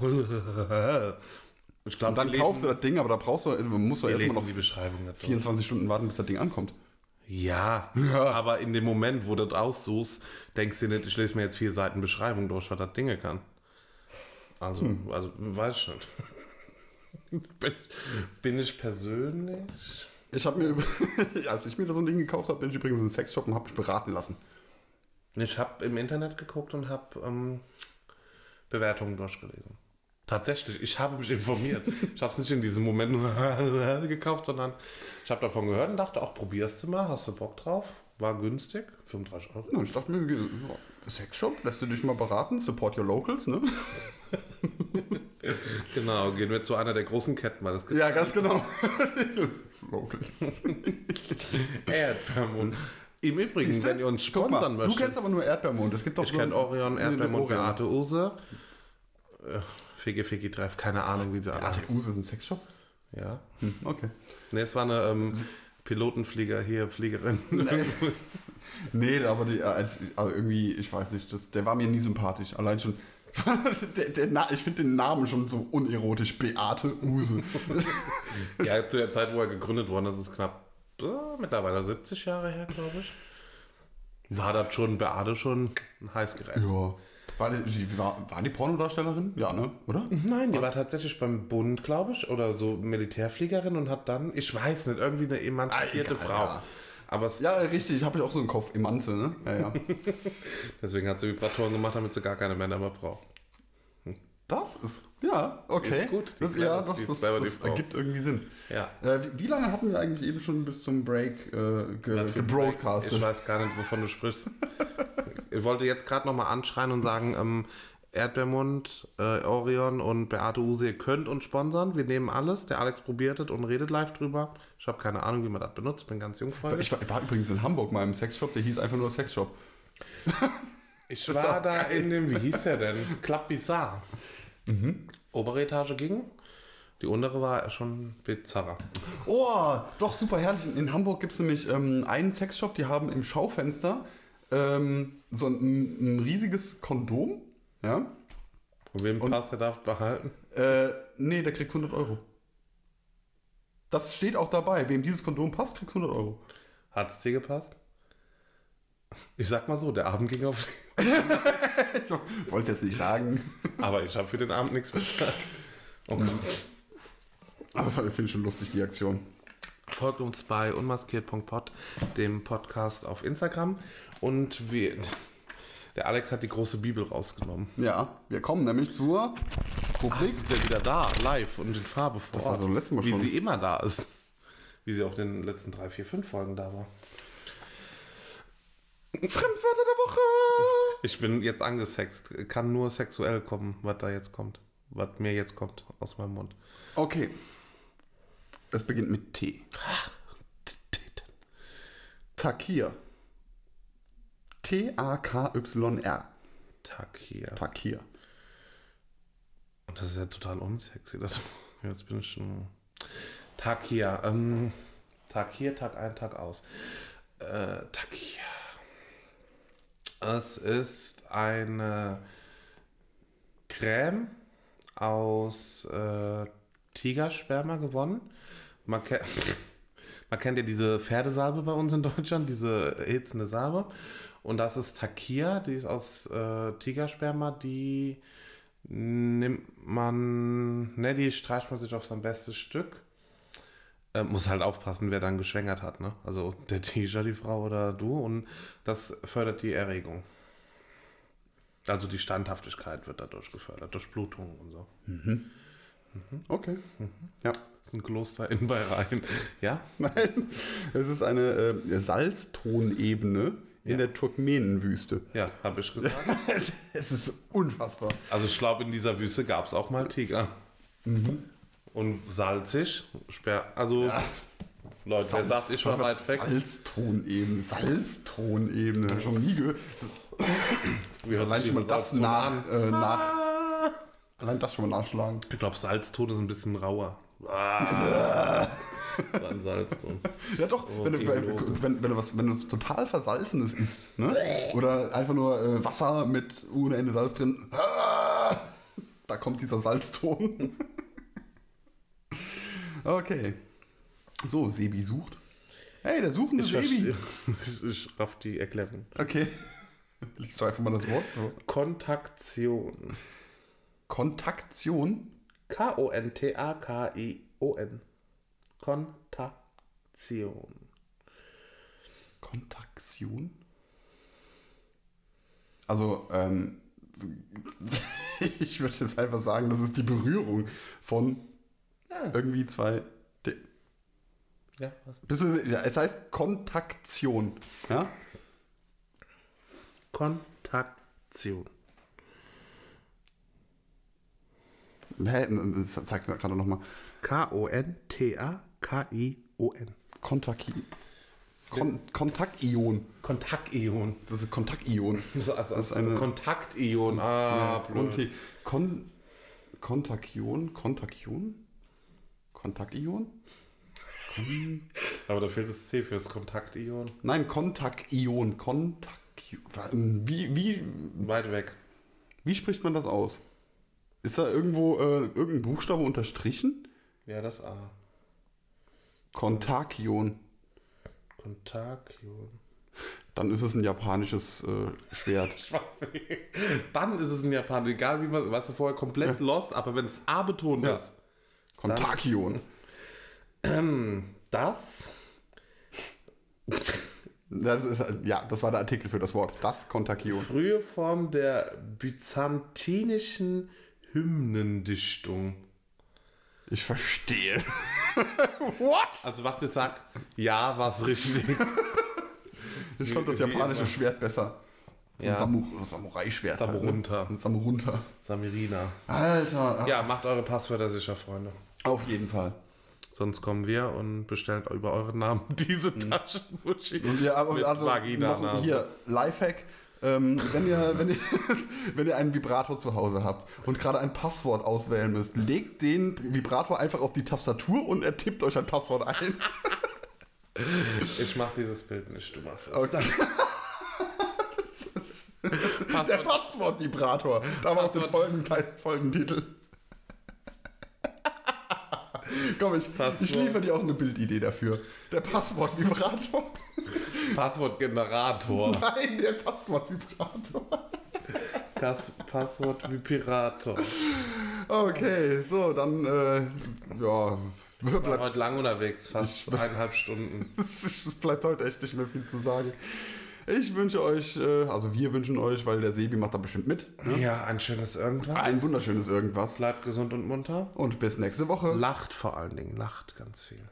ein. Ich glaube,
Und dann kaufst du das Ding, aber da brauchst du, musst du erstmal noch
die Beschreibung nicht.
24 Stunden warten, bis das Ding ankommt.
Ja, aber in dem Moment, wo du das aussuchst, denkst du dir nicht, ich lese mir jetzt vier Seiten Beschreibung durch, was das Dinge kann. Also, also weiß ich nicht. bin, ich- bin ich persönlich?
Ich habe mir, über- als ich mir so ein Ding gekauft habe, bin ich übrigens in einen Sexshop und habe mich beraten lassen.
Ich habe im Internet geguckt und habe ähm, Bewertungen durchgelesen. Tatsächlich, ich habe mich informiert. Ich habe es nicht in diesem Moment gekauft, sondern ich habe davon gehört und dachte, auch probierst du mal, hast du Bock drauf? War günstig, 35 Euro.
Ja, und ich dachte mir, ja, Sexshop, lässt du dich mal beraten, support your locals, ne?
Genau, gehen wir zu einer der großen Ketten, weil das
Ja, ganz genau. locals.
Erdbeermond. Im Übrigen, wenn ihr uns
Guck
sponsern
mal, Du kennst
möchtet,
aber nur Erdbeermond. Es gibt doch
ich kenne Orion, Erdbeermond,
Orion.
Beate Use. Äh, Figge Figge Treff, keine Ahnung, wie sie alle.
Ach, Ah, der Use ist ein Sexshop?
Ja.
Hm, okay.
Ne, es war eine ähm, Pilotenflieger hier, Fliegerin.
Nee, aber die, äh, als, also irgendwie, ich weiß nicht, das, der war mir nie sympathisch. Allein schon. der, der, Na- ich finde den Namen schon so unerotisch. Beate Use.
ja, zu der Zeit, wo er gegründet worden ist, ist knapp äh, mittlerweile 70 Jahre her, glaube ich. War das schon, Beate schon ein Heißgerät.
ja. War die, die, war, war die Pornodarstellerin? Ja, ne? Oder?
Nein, die war tatsächlich beim Bund, glaube ich, oder so Militärfliegerin und hat dann, ich weiß nicht, irgendwie eine emanzipierte
Ah, egal,
Frau.
ja.
Aber es,
Ja, richtig, habe ich auch so im Kopf. Emanze, ne? Ja, ja.
deswegen hat sie Vibratoren gemacht, damit sie gar keine Männer mehr braucht.
Das ist, ja, okay.
Ist gut, die
Das,
ist
ja,
clever,
doch,
die ist
das,
clever, die
das
Frau.
ergibt irgendwie Sinn.
Ja.
Äh, wie, wie lange hatten wir eigentlich eben schon bis zum Break äh, ge
Ich
gebroadcastet?
weiß gar nicht, wovon du sprichst. ich wollte jetzt gerade nochmal anschreien und sagen, ähm, Erdbeermund, äh, Orion und Beate Use, ihr könnt uns sponsern. Wir nehmen alles. Der Alex probiert es und redet live drüber. Ich habe keine Ahnung, wie man das benutzt. Bin ganz jungfräulich.
Ich war, ich war übrigens in Hamburg mal im Sexshop, der hieß einfach nur Sexshop.
Ich war da in dem, wie hieß der denn? Club Bizarre. Obere Etage ging, die untere war schon bizarrer.
Oh, doch super herrlich. In Hamburg gibt es nämlich ähm, einen Sexshop, die haben im Schaufenster ähm, so ein, ein riesiges Kondom. Ja.
Und wem passt, der darf behalten.
Äh, nee, der kriegt 100 Euro. Das steht auch dabei. Wem dieses Kondom passt, kriegt 100 Euro.
Hat's dir gepasst? Ich sag mal so, der Abend ging auf.
Ich wollte es jetzt nicht sagen.
Aber ich habe für den Abend nichts bezahlt. Oh Gott.
Aber finde ich schon lustig, die Aktion.
Folgt uns bei unmaskiert.pod, dem Podcast auf Instagram. Und wir, der Alex hat die große Bibel rausgenommen.
Ja, wir kommen nämlich zur Rubrik.
Sie ist ja wieder da, live und in Farbe vor
war
Ort,
so letztes Mal
Wie
schon.
sie immer da ist. Wie sie auch in den letzten drei, vier, fünf Folgen da war.
Fremdwörter der Woche!
Ich bin jetzt angesext. Kann nur sexuell kommen, was da jetzt kommt. Was mir jetzt kommt aus meinem Mund.
Okay. Es beginnt mit T. Takir. T-A-K-Y-R.
Tag hier.
Takir.
Und das ist ja total unsexy. Das, jetzt bin ich schon. Tag hier. Ähm, Tag hier, Tag ein, Tag aus. Äh, Tag hier. Es ist eine Creme aus äh, Tigersperma gewonnen. Man, ke man kennt ja diese Pferdesalbe bei uns in Deutschland, diese hitzende Salbe. Und das ist Takia, die ist aus äh, Tigersperma, die nimmt man, ne, die streicht man sich auf sein bestes Stück. Äh, muss halt aufpassen, wer dann geschwängert hat, ne? Also der T-Shirt, die Frau oder du. Und das fördert die Erregung. Also die Standhaftigkeit wird dadurch gefördert, durch Blutung und so.
Okay. Ja.
Das ist ein Kloster in Bayrein. Ja?
Nein. Es ist eine äh, Salztonebene in
Ja.
der Turkmenenwüste.
Ja, habe ich gesagt.
es ist unfassbar.
Also ich glaube, in dieser Wüste gab es auch mal Tiger.
Mhm.
Und salzig. sperr- Also, Leute, wer sagt, ich war
Was-
weit weg?
Salztonebene. Salztonebene. Hab ich Schon nie gehört.
Wie hört sich
Allein schon mal
dieses
das
Aufzug an? Ah.
nach, äh, nach. Allein das schon mal nachschlagen.
Ich glaube, Salzton ist ein bisschen rauer. Ah. das war ein Salzton.
Ja doch,
Oh,
wenn, du,
Geologe.
wenn, wenn, du was, wenn du was total Versalzenes isst, ne? Oder einfach nur äh, Wasser mit ohne Ende Salz drin. Ah! Da kommt dieser Salzton. Okay. So, Sebi sucht. Hey, der suchende
Ich,
Sebi.
verste- ich raff die Erklärung.
Okay. Liest du einfach mal das Wort. vor.
Kontaktion.
Kontaktion.
K-O-N-T-A-K-I-O-N. Kontaktion.
Kontaktion? Also, ähm, ich würde jetzt einfach sagen, das ist die Berührung von
Ja,
irgendwie zwei. De
ja was?
Bist du, ja, es heißt Kontaktion. Ja?
Kontaktion.
Hä, das zeigt mir gerade nochmal.
K-O-N-T-A-K-I-O-N.
Kontakion. Kon Kontaktion.
Kontaktion.
Das ist Kontaktion.
Das ist also
ist eine-
Kontaktion. Ah,
Und
blöd.
die Kon Kontakion? Kontakion? Kontaktion?
Aber da fehlt das C fürs Kontaktion.
Nein, Kontakion. Kontakion. Wie, wie,
Weit weg.
wie spricht man das aus? Ist da irgendwo äh, irgendein Buchstabe unterstrichen?
Ja, das A.
Kontakion.
Kontakion.
Dann ist es ein japanisches äh, Schwert.
Dann ist es in Japan, egal wie man, warst du vorher komplett lost, aber wenn es A betont
Ja.
ist,
Kontakion.
das
Das ist, äh, ja, das war der Artikel für das Wort. Das Kontakion.
frühe Form der byzantinischen Hymnendichtung.
Ich verstehe. What?
Also warte, sag, ja, war's richtig.
Ich fand
Wie-
das
wie
japanische
immer.
Schwert besser. So ein
Ja.
Samu Samurai-Schwert.
Samurunter.
Halt, ne? Ein Samurunter.
Samirina.
Alter.
Ja, macht eure Passwörter sicher, Freunde.
Auf jeden Fall.
Sonst kommen wir und bestellen über euren Namen diese Taschenmuschi.
Mhm. Und ja, aber
mit
also noch
Vagina-Nase.
hier, Lifehack. Ähm, wenn, ihr, wenn, ihr, wenn ihr einen Vibrator zu Hause habt und gerade ein Passwort auswählen müsst, legt den Vibrator einfach auf die Tastatur und er tippt euch ein Passwort ein.
Ich mach dieses Bild nicht, du machst es.
Okay. Der
Passwort.
Passwort-Vibrator. Da war auch den Folgenteil- Folgentitel. Komm, ich, ich
Passwort.
liefere dir auch eine Bildidee dafür. Der Passwort-Vibrator.
Passwortgenerator.
Nein, der Passwort-Vibrator.
Das Passwort wie Pirator.
Okay, so, dann, äh, ja,
Ich war
bleibt,
heute lang unterwegs, fast eineinhalb Stunden.
es bleibt heute echt nicht mehr viel zu sagen. Ich wünsche euch, äh, also wir wünschen euch, weil der Sebi macht da bestimmt mit,
Ja, ein schönes Irgendwas.
ein wunderschönes Irgendwas.
Bleibt gesund und munter.
Und bis nächste Woche.
Lacht vor allen Dingen, lacht ganz viel.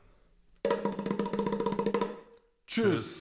Tschüss.